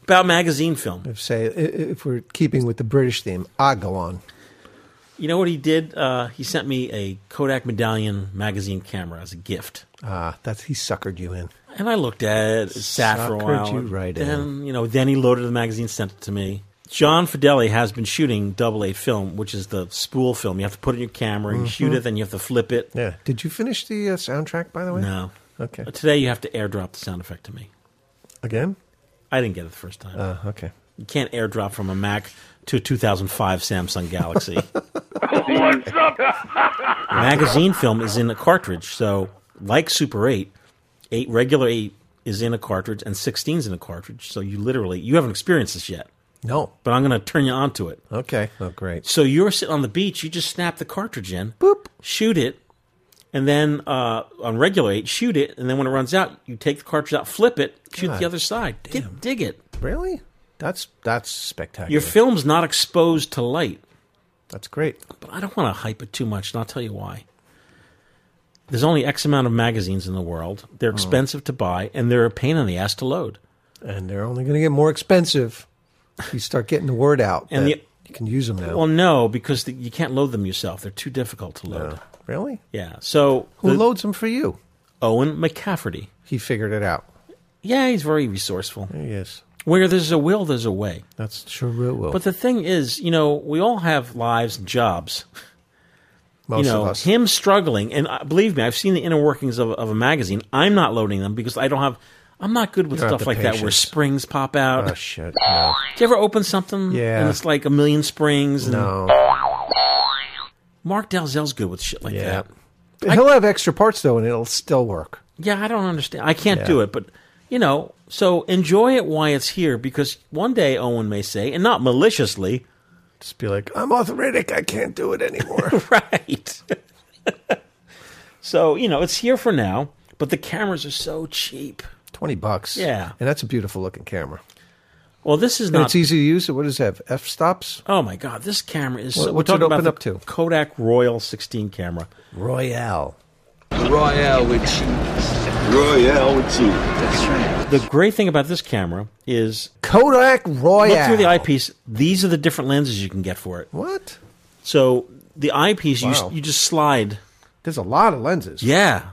[SPEAKER 2] about magazine film?
[SPEAKER 3] If say i- i- if we're keeping with the British theme, I go on.
[SPEAKER 2] You know what he did? Uh, he sent me a Kodak Medallion magazine camera as a gift.
[SPEAKER 3] Ah, that's he suckered you in.
[SPEAKER 2] And I looked at it, it sat for a
[SPEAKER 3] Suckered
[SPEAKER 2] while.
[SPEAKER 3] you right
[SPEAKER 2] then, you know, then he loaded the magazine, sent it to me. John Fideli has been shooting double eight film, which is the spool film. You have to put it in your camera, you shoot
[SPEAKER 3] Mhm.
[SPEAKER 2] it, then you have to flip it.
[SPEAKER 3] Yeah. Did you finish the uh, soundtrack by the way?
[SPEAKER 2] No.
[SPEAKER 3] Okay.
[SPEAKER 2] But today you have to airdrop the sound effect to me.
[SPEAKER 3] Again?
[SPEAKER 2] I didn't get it the first time.
[SPEAKER 3] Uh, okay.
[SPEAKER 2] You can't airdrop from a Mac to a 2005 Samsung Galaxy.
[SPEAKER 17] What's up?
[SPEAKER 2] magazine film is in a cartridge. So, like Super 8, 8 regular 8 is in a cartridge and 16 is in a cartridge. So, you literally you haven't experienced this yet.
[SPEAKER 3] No.
[SPEAKER 2] But I'm going to turn you onto it.
[SPEAKER 3] Okay. Oh, great.
[SPEAKER 2] So, you're sitting on the beach, you just snap the cartridge in, boop, shoot it, and then uh, on regular 8, shoot it, and then when it runs out, you take the cartridge out, flip it, shoot
[SPEAKER 3] God.
[SPEAKER 2] the other side. Get, dig it.
[SPEAKER 3] Really? That's that's spectacular.
[SPEAKER 2] Your film's not exposed to light.
[SPEAKER 3] That's great.
[SPEAKER 2] But I don't want to hype it too much, and I'll tell you why. There's only X amount of magazines in the world. They're
[SPEAKER 3] Mm.
[SPEAKER 2] expensive to buy, and they're a pain in the ass to load.
[SPEAKER 3] and they're only going to get more expensive. if You start getting the word out
[SPEAKER 2] And
[SPEAKER 3] and
[SPEAKER 2] the-
[SPEAKER 3] you can use them now.
[SPEAKER 2] Well, no, because the, you can't load them yourself. They're too difficult to load.
[SPEAKER 3] Really?
[SPEAKER 2] Yeah. So
[SPEAKER 3] Who
[SPEAKER 2] the-
[SPEAKER 3] loads them for you?
[SPEAKER 2] Owen McCafferty.
[SPEAKER 3] He figured it out.
[SPEAKER 2] Yeah, he's very resourceful.
[SPEAKER 3] Yes.
[SPEAKER 2] Where there's a will, there's a way.
[SPEAKER 3] That's sure will.
[SPEAKER 2] But the thing is, you know, we all have lives and jobs.
[SPEAKER 3] Most
[SPEAKER 2] you
[SPEAKER 3] of
[SPEAKER 2] know,
[SPEAKER 3] us.
[SPEAKER 2] him struggling, and uh, believe me, I've seen the inner workings of, of a magazine. I'm not loading them because I don't have. I'm not good with
[SPEAKER 3] You don't
[SPEAKER 2] stuff
[SPEAKER 3] have the
[SPEAKER 2] like that where
[SPEAKER 3] patience.
[SPEAKER 2] springs pop out.
[SPEAKER 3] Oh, shit. No.
[SPEAKER 2] Do you ever open something?
[SPEAKER 3] Yeah.
[SPEAKER 2] And it's like a million springs. And
[SPEAKER 3] No.
[SPEAKER 2] Mark Dalzell's good with shit like
[SPEAKER 3] Yeah.
[SPEAKER 2] that.
[SPEAKER 3] But He'll have extra parts though, and it'll still work.
[SPEAKER 2] Yeah, I don't understand. I can't
[SPEAKER 3] Yeah.
[SPEAKER 2] do it, but you know, so enjoy it while it's here because one day Owen may say, and not maliciously,
[SPEAKER 3] just be like, I'm arthritic. I can't do it anymore.
[SPEAKER 2] right. so you know, it's here for now, but the cameras are so cheap.
[SPEAKER 3] Twenty bucks.
[SPEAKER 2] Yeah.
[SPEAKER 3] And that's a beautiful looking camera.
[SPEAKER 2] Well, this is
[SPEAKER 3] And
[SPEAKER 2] not.
[SPEAKER 3] it's e- easy to use. So What does it have? F stops?
[SPEAKER 2] Oh my God, this camera is.
[SPEAKER 3] What-
[SPEAKER 2] so, we're
[SPEAKER 3] what's
[SPEAKER 2] talking
[SPEAKER 3] it open
[SPEAKER 2] about
[SPEAKER 3] up
[SPEAKER 2] the Kodak Royal 16 camera.
[SPEAKER 3] Royale.
[SPEAKER 18] Royale with cheese. Royale with cheese. That's right.
[SPEAKER 2] The great thing about this camera is
[SPEAKER 3] Kodak Royale.
[SPEAKER 2] Look through the eyepiece. These are the different lenses you can get for it.
[SPEAKER 3] What?
[SPEAKER 2] So the eyepiece,
[SPEAKER 3] Wow.
[SPEAKER 2] you you just slide.
[SPEAKER 3] There's a lot of lenses.
[SPEAKER 2] Yeah,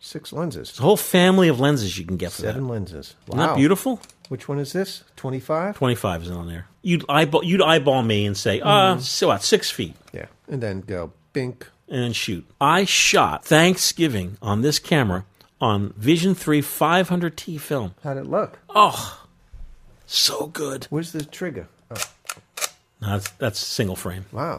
[SPEAKER 3] Six lenses.
[SPEAKER 2] it's a whole family of lenses you can get for
[SPEAKER 3] Seven
[SPEAKER 2] that.
[SPEAKER 3] lenses.
[SPEAKER 2] Isn't that beautiful?
[SPEAKER 3] Which one is this? 25?
[SPEAKER 2] Twenty five is on there. You'd eyeball, you'd eyeball me and say, uh,
[SPEAKER 3] Mhm.
[SPEAKER 2] so what, six feet.
[SPEAKER 3] Yeah. And then go bink.
[SPEAKER 2] and then shoot. I shot Thanksgiving on this camera on Vision 3 500T film.
[SPEAKER 3] How'd it look?
[SPEAKER 2] Oh, so good.
[SPEAKER 3] Where's the trigger? Oh,
[SPEAKER 2] No, that's, that's single frame.
[SPEAKER 3] wow.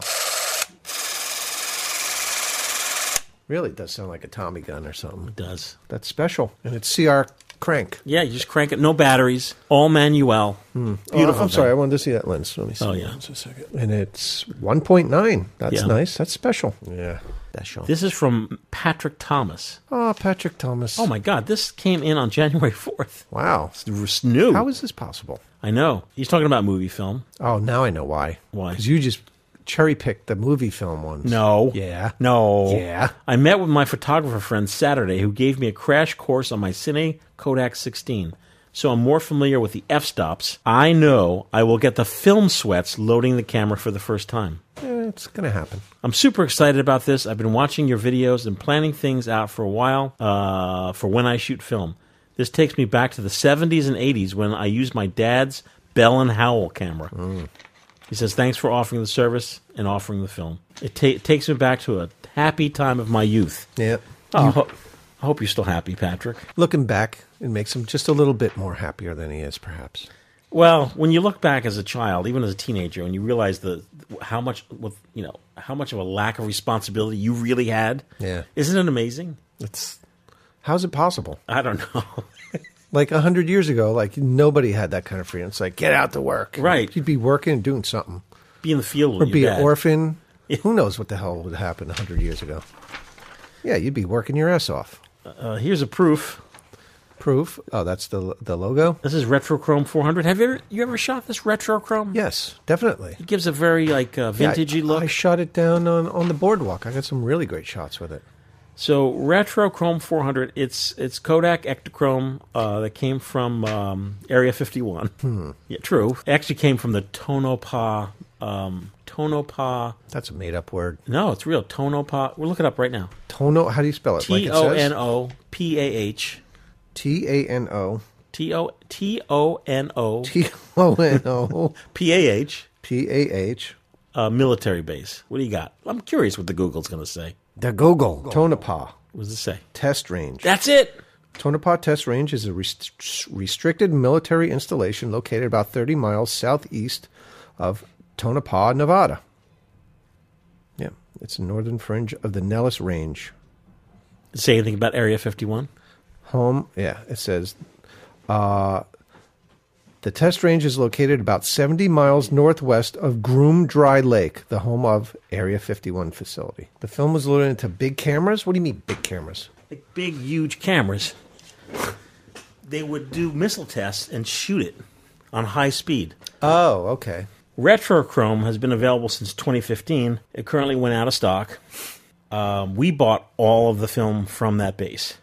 [SPEAKER 3] Really does sound like a Tommy gun or something. It
[SPEAKER 2] does.
[SPEAKER 3] That's special. And it's CR crank.
[SPEAKER 2] Yeah, you just crank it. No batteries. All manual.
[SPEAKER 3] Beautiful.
[SPEAKER 2] Beautiful.
[SPEAKER 3] Oh, I'm sorry. I
[SPEAKER 2] thing.
[SPEAKER 3] wanted to see that lens. Let me see.
[SPEAKER 2] Oh,
[SPEAKER 3] the
[SPEAKER 2] yeah.
[SPEAKER 3] lens a second. And it's 1.9. That's
[SPEAKER 2] Yeah.
[SPEAKER 3] nice. That's special. Yeah. Special.
[SPEAKER 2] This is from Patrick Thomas.
[SPEAKER 3] Oh, Patrick Thomas.
[SPEAKER 2] Oh my God, this came in on January 4th.
[SPEAKER 3] Wow.
[SPEAKER 2] It's it's new.
[SPEAKER 3] How is this possible?
[SPEAKER 2] I know. He's talking about movie film.
[SPEAKER 3] Oh, now I know why.
[SPEAKER 2] Why?
[SPEAKER 3] Because you just cherry picked the movie film ones.
[SPEAKER 2] No.
[SPEAKER 3] Yeah.
[SPEAKER 2] No.
[SPEAKER 3] Yeah.
[SPEAKER 2] I met with my photographer friend Saturday who gave me a crash course on my Cine Kodak 16. So I'm more familiar with the f stops. I know I will get the film sweats loading the camera for the first time.
[SPEAKER 3] Eh, it's going to happen.
[SPEAKER 2] I'm super excited about this. I've been watching your videos and planning things out for a while uh, for when I shoot film. This takes me back to the 70s and 80s when I used my dad's Bell and Howell camera. He says, Thanks for offering the service and offering the film. It ta- takes me back to a happy time of my youth.
[SPEAKER 3] Yeah.
[SPEAKER 2] Oh, I ho- I hope you're still happy, Patrick.
[SPEAKER 3] Looking back, it makes him just a little bit more happier than he is, perhaps.
[SPEAKER 2] Well, when you look back as a child, even as a teenager, and you realize the how much with you know how much of a lack of responsibility you really had,
[SPEAKER 3] Yeah.
[SPEAKER 2] isn't it amazing?
[SPEAKER 3] It's how's it possible?
[SPEAKER 2] I don't know.
[SPEAKER 3] Like a hundred years ago, like nobody had that kind of freedom. It's like get out to work,
[SPEAKER 2] Right.
[SPEAKER 3] You'd be working and doing something,
[SPEAKER 2] Be in the field
[SPEAKER 3] or
[SPEAKER 2] with your
[SPEAKER 3] be
[SPEAKER 2] dad.
[SPEAKER 3] an orphan. Who knows what the hell would happen a hundred years ago? Yeah, you'd be working your ass off.
[SPEAKER 2] Uh, here's a proof.
[SPEAKER 3] Proof. Oh, that's the the logo.
[SPEAKER 2] This is Retrochrome 400. Have you ever you ever shot this Retrochrome?
[SPEAKER 3] Yes, definitely.
[SPEAKER 2] It gives a very like uh,
[SPEAKER 3] Yeah,
[SPEAKER 2] vintagey
[SPEAKER 3] I-
[SPEAKER 2] look.
[SPEAKER 3] I shot it down on, on the boardwalk. I got some really great shots with it.
[SPEAKER 2] So Retrochrome 400, it's it's Kodak Ektachrome uh, that came from um, Area 51.
[SPEAKER 3] Hmm.
[SPEAKER 2] Yeah, true. It actually came from the Tonopah. Um, Tonopah.
[SPEAKER 3] That's a made up word.
[SPEAKER 2] No, it's real. Tonopah. We'll look it up right now.
[SPEAKER 3] Tono, how do you spell it?
[SPEAKER 2] T O N O P A H.
[SPEAKER 3] T A N O
[SPEAKER 2] T O T O N O
[SPEAKER 3] T O N O
[SPEAKER 2] P A H.
[SPEAKER 3] P A H.
[SPEAKER 2] Uh, military base. What do you got? I'm curious what the Google's going to say.
[SPEAKER 3] The Gogol. Tonopah.
[SPEAKER 2] What does it say?
[SPEAKER 3] Test range.
[SPEAKER 2] That's it.
[SPEAKER 3] Tonopah Test Range is a rest- restricted military installation located about 30 miles southeast of Tonopah, Nevada. Yeah, it's the northern fringe of the Nellis Range.
[SPEAKER 2] Say anything about Area 51?
[SPEAKER 3] Home, yeah, it says uh, the test range is located about 70 miles northwest of Groom Dry Lake, the home of Area 51 facility. The film was loaded into big cameras. What do you mean, big cameras?
[SPEAKER 2] Like big, huge cameras. They would do missile tests and shoot it on high speed.
[SPEAKER 3] Oh, okay.
[SPEAKER 2] Retrochrome has been available since 2015. It currently went out of stock. Um, we bought all of the film from that base.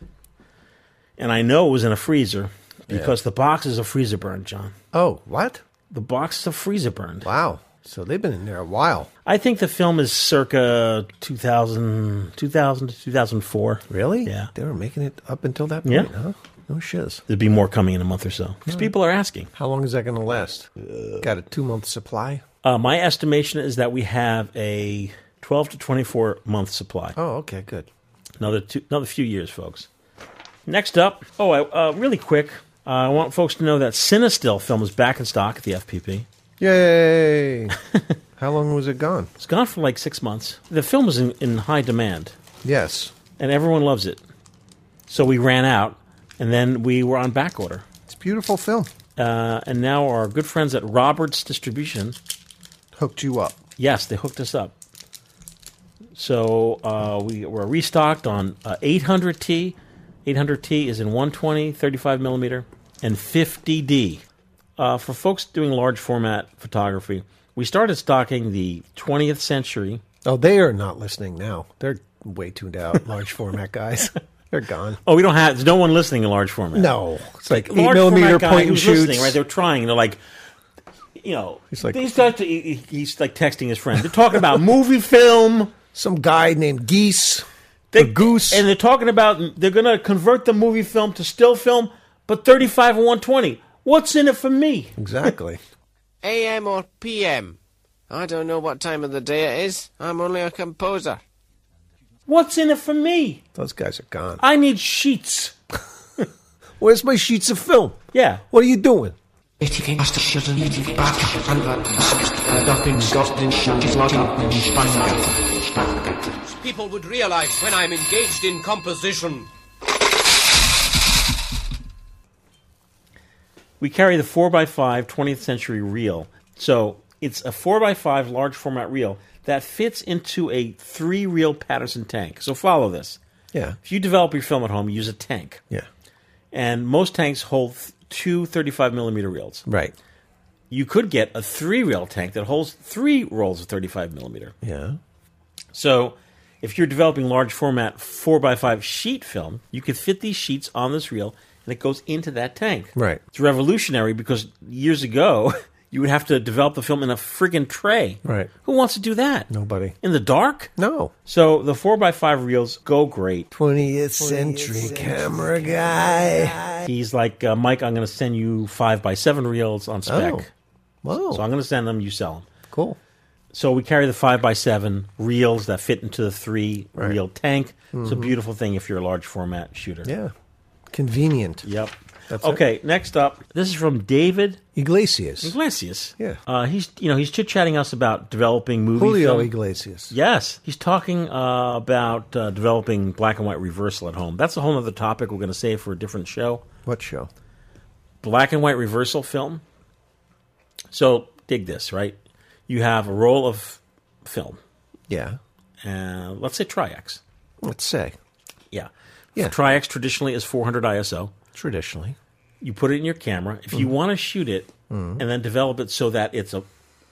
[SPEAKER 2] And I know it was in a freezer because the boxes of freezer burned, John.
[SPEAKER 3] Oh, what?
[SPEAKER 2] The boxes of freezer burned.
[SPEAKER 3] Wow. So they've been in there a while.
[SPEAKER 2] I think the film is circa 2000, 2000 to 2004.
[SPEAKER 3] Really?
[SPEAKER 2] Yeah.
[SPEAKER 3] They were making it up until that point,
[SPEAKER 2] Yeah.
[SPEAKER 3] huh? No shiz.
[SPEAKER 2] There'd be more coming in a month or so because people are asking.
[SPEAKER 3] How long is that going to last? Got a two month supply?
[SPEAKER 2] Uh, my estimation is that we have a 12 to 24 month supply.
[SPEAKER 3] Oh, okay, good.
[SPEAKER 2] Another two, another few years, folks. Next up, oh, I, uh, really quick, uh, I want folks to know that Cinestill film is back in stock at the FPP.
[SPEAKER 3] Yay! How long was it gone?
[SPEAKER 2] It's gone for like six months. The film is in, in high demand,
[SPEAKER 3] Yes.
[SPEAKER 2] and everyone loves it. So we ran out, and then we were on back order.
[SPEAKER 3] It's a beautiful film.
[SPEAKER 2] Uh, and now our good friends at Roberts Distribution
[SPEAKER 3] Hooked you up.
[SPEAKER 2] Yes, they hooked us up. So uh, we were restocked on uh, 800T. 800T is in 120, 35 millimeter, and 50D. Uh, for folks doing large format photography, we started stocking the 20th century.
[SPEAKER 3] Oh, they are not listening now. They're way tuned out, large format guys. They're gone.
[SPEAKER 2] Oh, we don't have. There's no one listening in large format.
[SPEAKER 3] No. It's like, eight
[SPEAKER 2] Large
[SPEAKER 3] millimeter
[SPEAKER 2] format guy
[SPEAKER 3] point and
[SPEAKER 2] who's
[SPEAKER 3] shoots.
[SPEAKER 2] listening, right? They're trying. They're like, you know,
[SPEAKER 3] He's like-
[SPEAKER 2] these guys. he- he- He's like texting his friend. They're talking about movie film.
[SPEAKER 3] Some guy named Geese.
[SPEAKER 2] They,
[SPEAKER 3] Goose.
[SPEAKER 2] And they're talking about they're going to convert the movie film to still film, but 35 and 120. What's in it for me?
[SPEAKER 3] Exactly.
[SPEAKER 19] AM or PM? I don't know what time of the day it is. I'm only a composer.
[SPEAKER 2] What's in it for me?
[SPEAKER 3] Those guys are gone.
[SPEAKER 2] I need sheets.
[SPEAKER 3] Where's my sheets of film?
[SPEAKER 2] Yeah.
[SPEAKER 3] What are you doing?
[SPEAKER 11] People would realize when I'm engaged in composition.
[SPEAKER 2] We carry the 4x5 20th century reel. So It's a 4x5 large format reel that fits into a three reel Patterson tank. So follow this.
[SPEAKER 3] Yeah.
[SPEAKER 2] If you develop your film at home, use a tank.
[SPEAKER 3] Yeah.
[SPEAKER 2] And most tanks hold th- two 35 millimeter reels.
[SPEAKER 3] Right.
[SPEAKER 2] You could get a three reel tank that holds three rolls of 35 millimeter.
[SPEAKER 3] Yeah.
[SPEAKER 2] So if you're developing large format 4x5 sheet film, you could fit these sheets on this reel and it goes into that tank.
[SPEAKER 3] Right.
[SPEAKER 2] It's revolutionary because years ago, you would have to develop the film in a friggin' tray.
[SPEAKER 3] Right.
[SPEAKER 2] Who wants to do that?
[SPEAKER 3] Nobody.
[SPEAKER 2] In the dark?
[SPEAKER 3] No.
[SPEAKER 2] So the 4x5 reels go great.
[SPEAKER 3] 20th century camera guy.
[SPEAKER 2] He's like, uh, Mike, I'm going to send you 5x7 reels on spec.
[SPEAKER 3] Oh. Whoa.
[SPEAKER 2] So I'm going to send them, you sell them.
[SPEAKER 3] Cool.
[SPEAKER 2] So we carry the 5x7 reels that fit into the three reel tank. It's a
[SPEAKER 3] Mhm.
[SPEAKER 2] beautiful thing if you're a large format shooter.
[SPEAKER 3] Yeah. Convenient.
[SPEAKER 2] Yep.
[SPEAKER 3] That's it.
[SPEAKER 2] okay, next up, this is from David
[SPEAKER 3] Iglesias.
[SPEAKER 2] Iglesias.
[SPEAKER 3] Yeah.
[SPEAKER 2] Uh, he's you know he's chit chatting us about developing movie
[SPEAKER 3] Julio
[SPEAKER 2] film.
[SPEAKER 3] Iglesias.
[SPEAKER 2] Yes, he's talking uh, about uh, developing black and white reversal at home. That's a whole other topic we're going to save for a different show.
[SPEAKER 3] What show?
[SPEAKER 2] Black and white reversal film. So dig this, right? You have a roll of film.
[SPEAKER 3] Yeah.
[SPEAKER 2] Uh, let's say Tri-X.
[SPEAKER 3] Let's say.
[SPEAKER 2] Yeah.
[SPEAKER 3] Yeah.
[SPEAKER 2] Tri-X traditionally is 400 ISO.
[SPEAKER 3] Traditionally.
[SPEAKER 2] You put it in your camera. If you
[SPEAKER 3] Mhm.
[SPEAKER 2] want to shoot it
[SPEAKER 3] Mhm.
[SPEAKER 2] and then develop it so that it's a,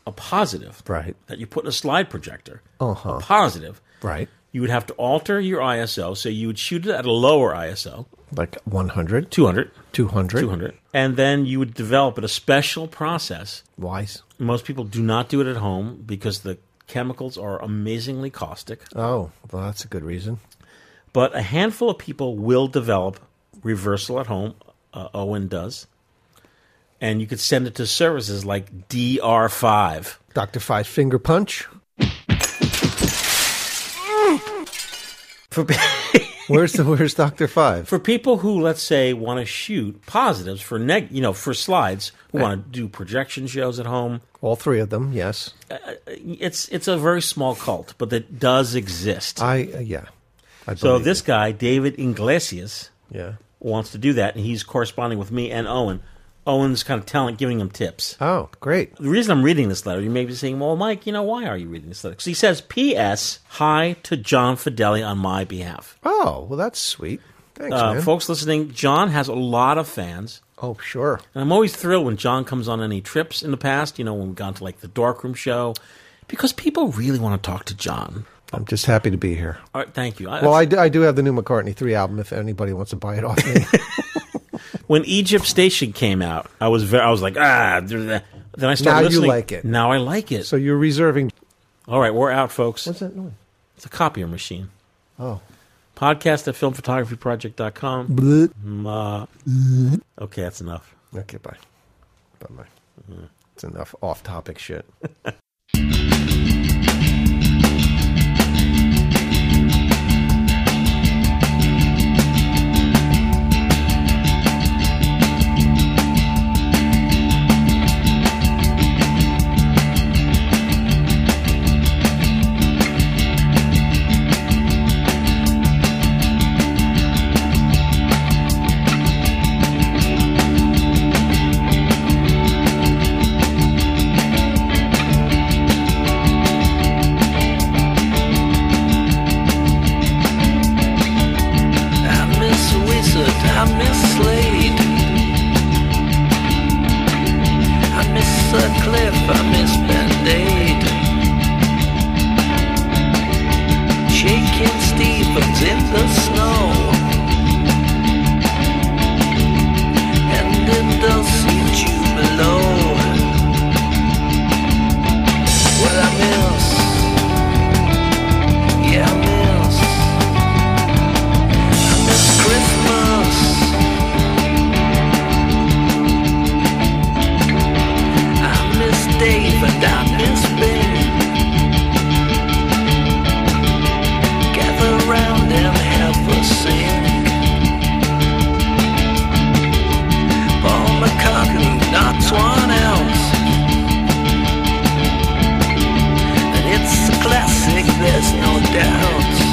[SPEAKER 2] a positive,
[SPEAKER 3] Right.
[SPEAKER 2] that you put in a slide projector,
[SPEAKER 3] Uh-huh.
[SPEAKER 2] a positive,
[SPEAKER 3] Right.
[SPEAKER 2] you would have to alter your ISO. So you would shoot it at a lower ISO,
[SPEAKER 3] Like 100.
[SPEAKER 2] 200.
[SPEAKER 3] 200.
[SPEAKER 2] 200, and then you would develop it a special process.
[SPEAKER 3] Wise.
[SPEAKER 2] Most people do not do it at home because the chemicals are amazingly caustic.
[SPEAKER 3] Oh, well, that's a good reason.
[SPEAKER 2] but a handful of people will develop reversal at home. Uh, Owen does, and you could send it to services like DR5.
[SPEAKER 3] Dr. Five Finger Punch.
[SPEAKER 2] For-
[SPEAKER 3] Where's the where's Doctor Five?
[SPEAKER 2] For people who, let's say, want to shoot positives for neg, you know, for slides, who want to do projection shows at home,
[SPEAKER 3] All three of them, yes.
[SPEAKER 2] uh, it's it's a very small cult, but that does exist.
[SPEAKER 3] I uh, yeah. I
[SPEAKER 2] so
[SPEAKER 3] believe
[SPEAKER 2] this guy, David Iglesias,
[SPEAKER 3] it. yeah.
[SPEAKER 2] wants to do that, and he's corresponding with me and Owen. Owen's kind of telling, giving him tips.
[SPEAKER 3] Oh, great.
[SPEAKER 2] The reason I'm reading this letter, you may be saying, well, Mike, you know, why are you reading this letter? 'Cause he says, P.S. Hi to John Fideli on my behalf.
[SPEAKER 3] Oh, well that's sweet. Thanks,
[SPEAKER 2] Uh,
[SPEAKER 3] man.
[SPEAKER 2] folks listening, John has a lot of fans.
[SPEAKER 3] oh, sure.
[SPEAKER 2] And I'm always thrilled when John comes on any trips in the past, you know, when we've gone to like the Darkroom show, because people really want to talk to John.
[SPEAKER 3] I'm just happy to be here.
[SPEAKER 2] All right, thank you. I-
[SPEAKER 3] Well, I do, I do have the new McCartney 3 album if anybody wants to buy it off me.
[SPEAKER 2] when Egypt Station came out, I was very, I was like, ah. Then I started
[SPEAKER 3] Now you
[SPEAKER 2] listening.
[SPEAKER 3] like it.
[SPEAKER 2] Now I like it.
[SPEAKER 3] so you're reserving.
[SPEAKER 2] All right, we're out, folks.
[SPEAKER 3] What's that noise?
[SPEAKER 2] It's a copier machine.
[SPEAKER 3] Oh.
[SPEAKER 2] Podcast at filmphotographyproject.com.
[SPEAKER 3] Bleep.
[SPEAKER 2] Mm, uh, okay, that's enough.
[SPEAKER 3] Okay, bye. Bye bye. It's enough off topic shit.
[SPEAKER 20] I miss Wizard, I miss Slade. I miss Sutcliffe, I miss Band-Aid. Shaking Stevens in the snow. And in the seat you below. Well, I miss. Yeah, I miss. It's Christmas. I miss Dave and I miss Ben. Gather round and have a sing. Paul McCartney, not one else. And it's a classic, there's no doubt.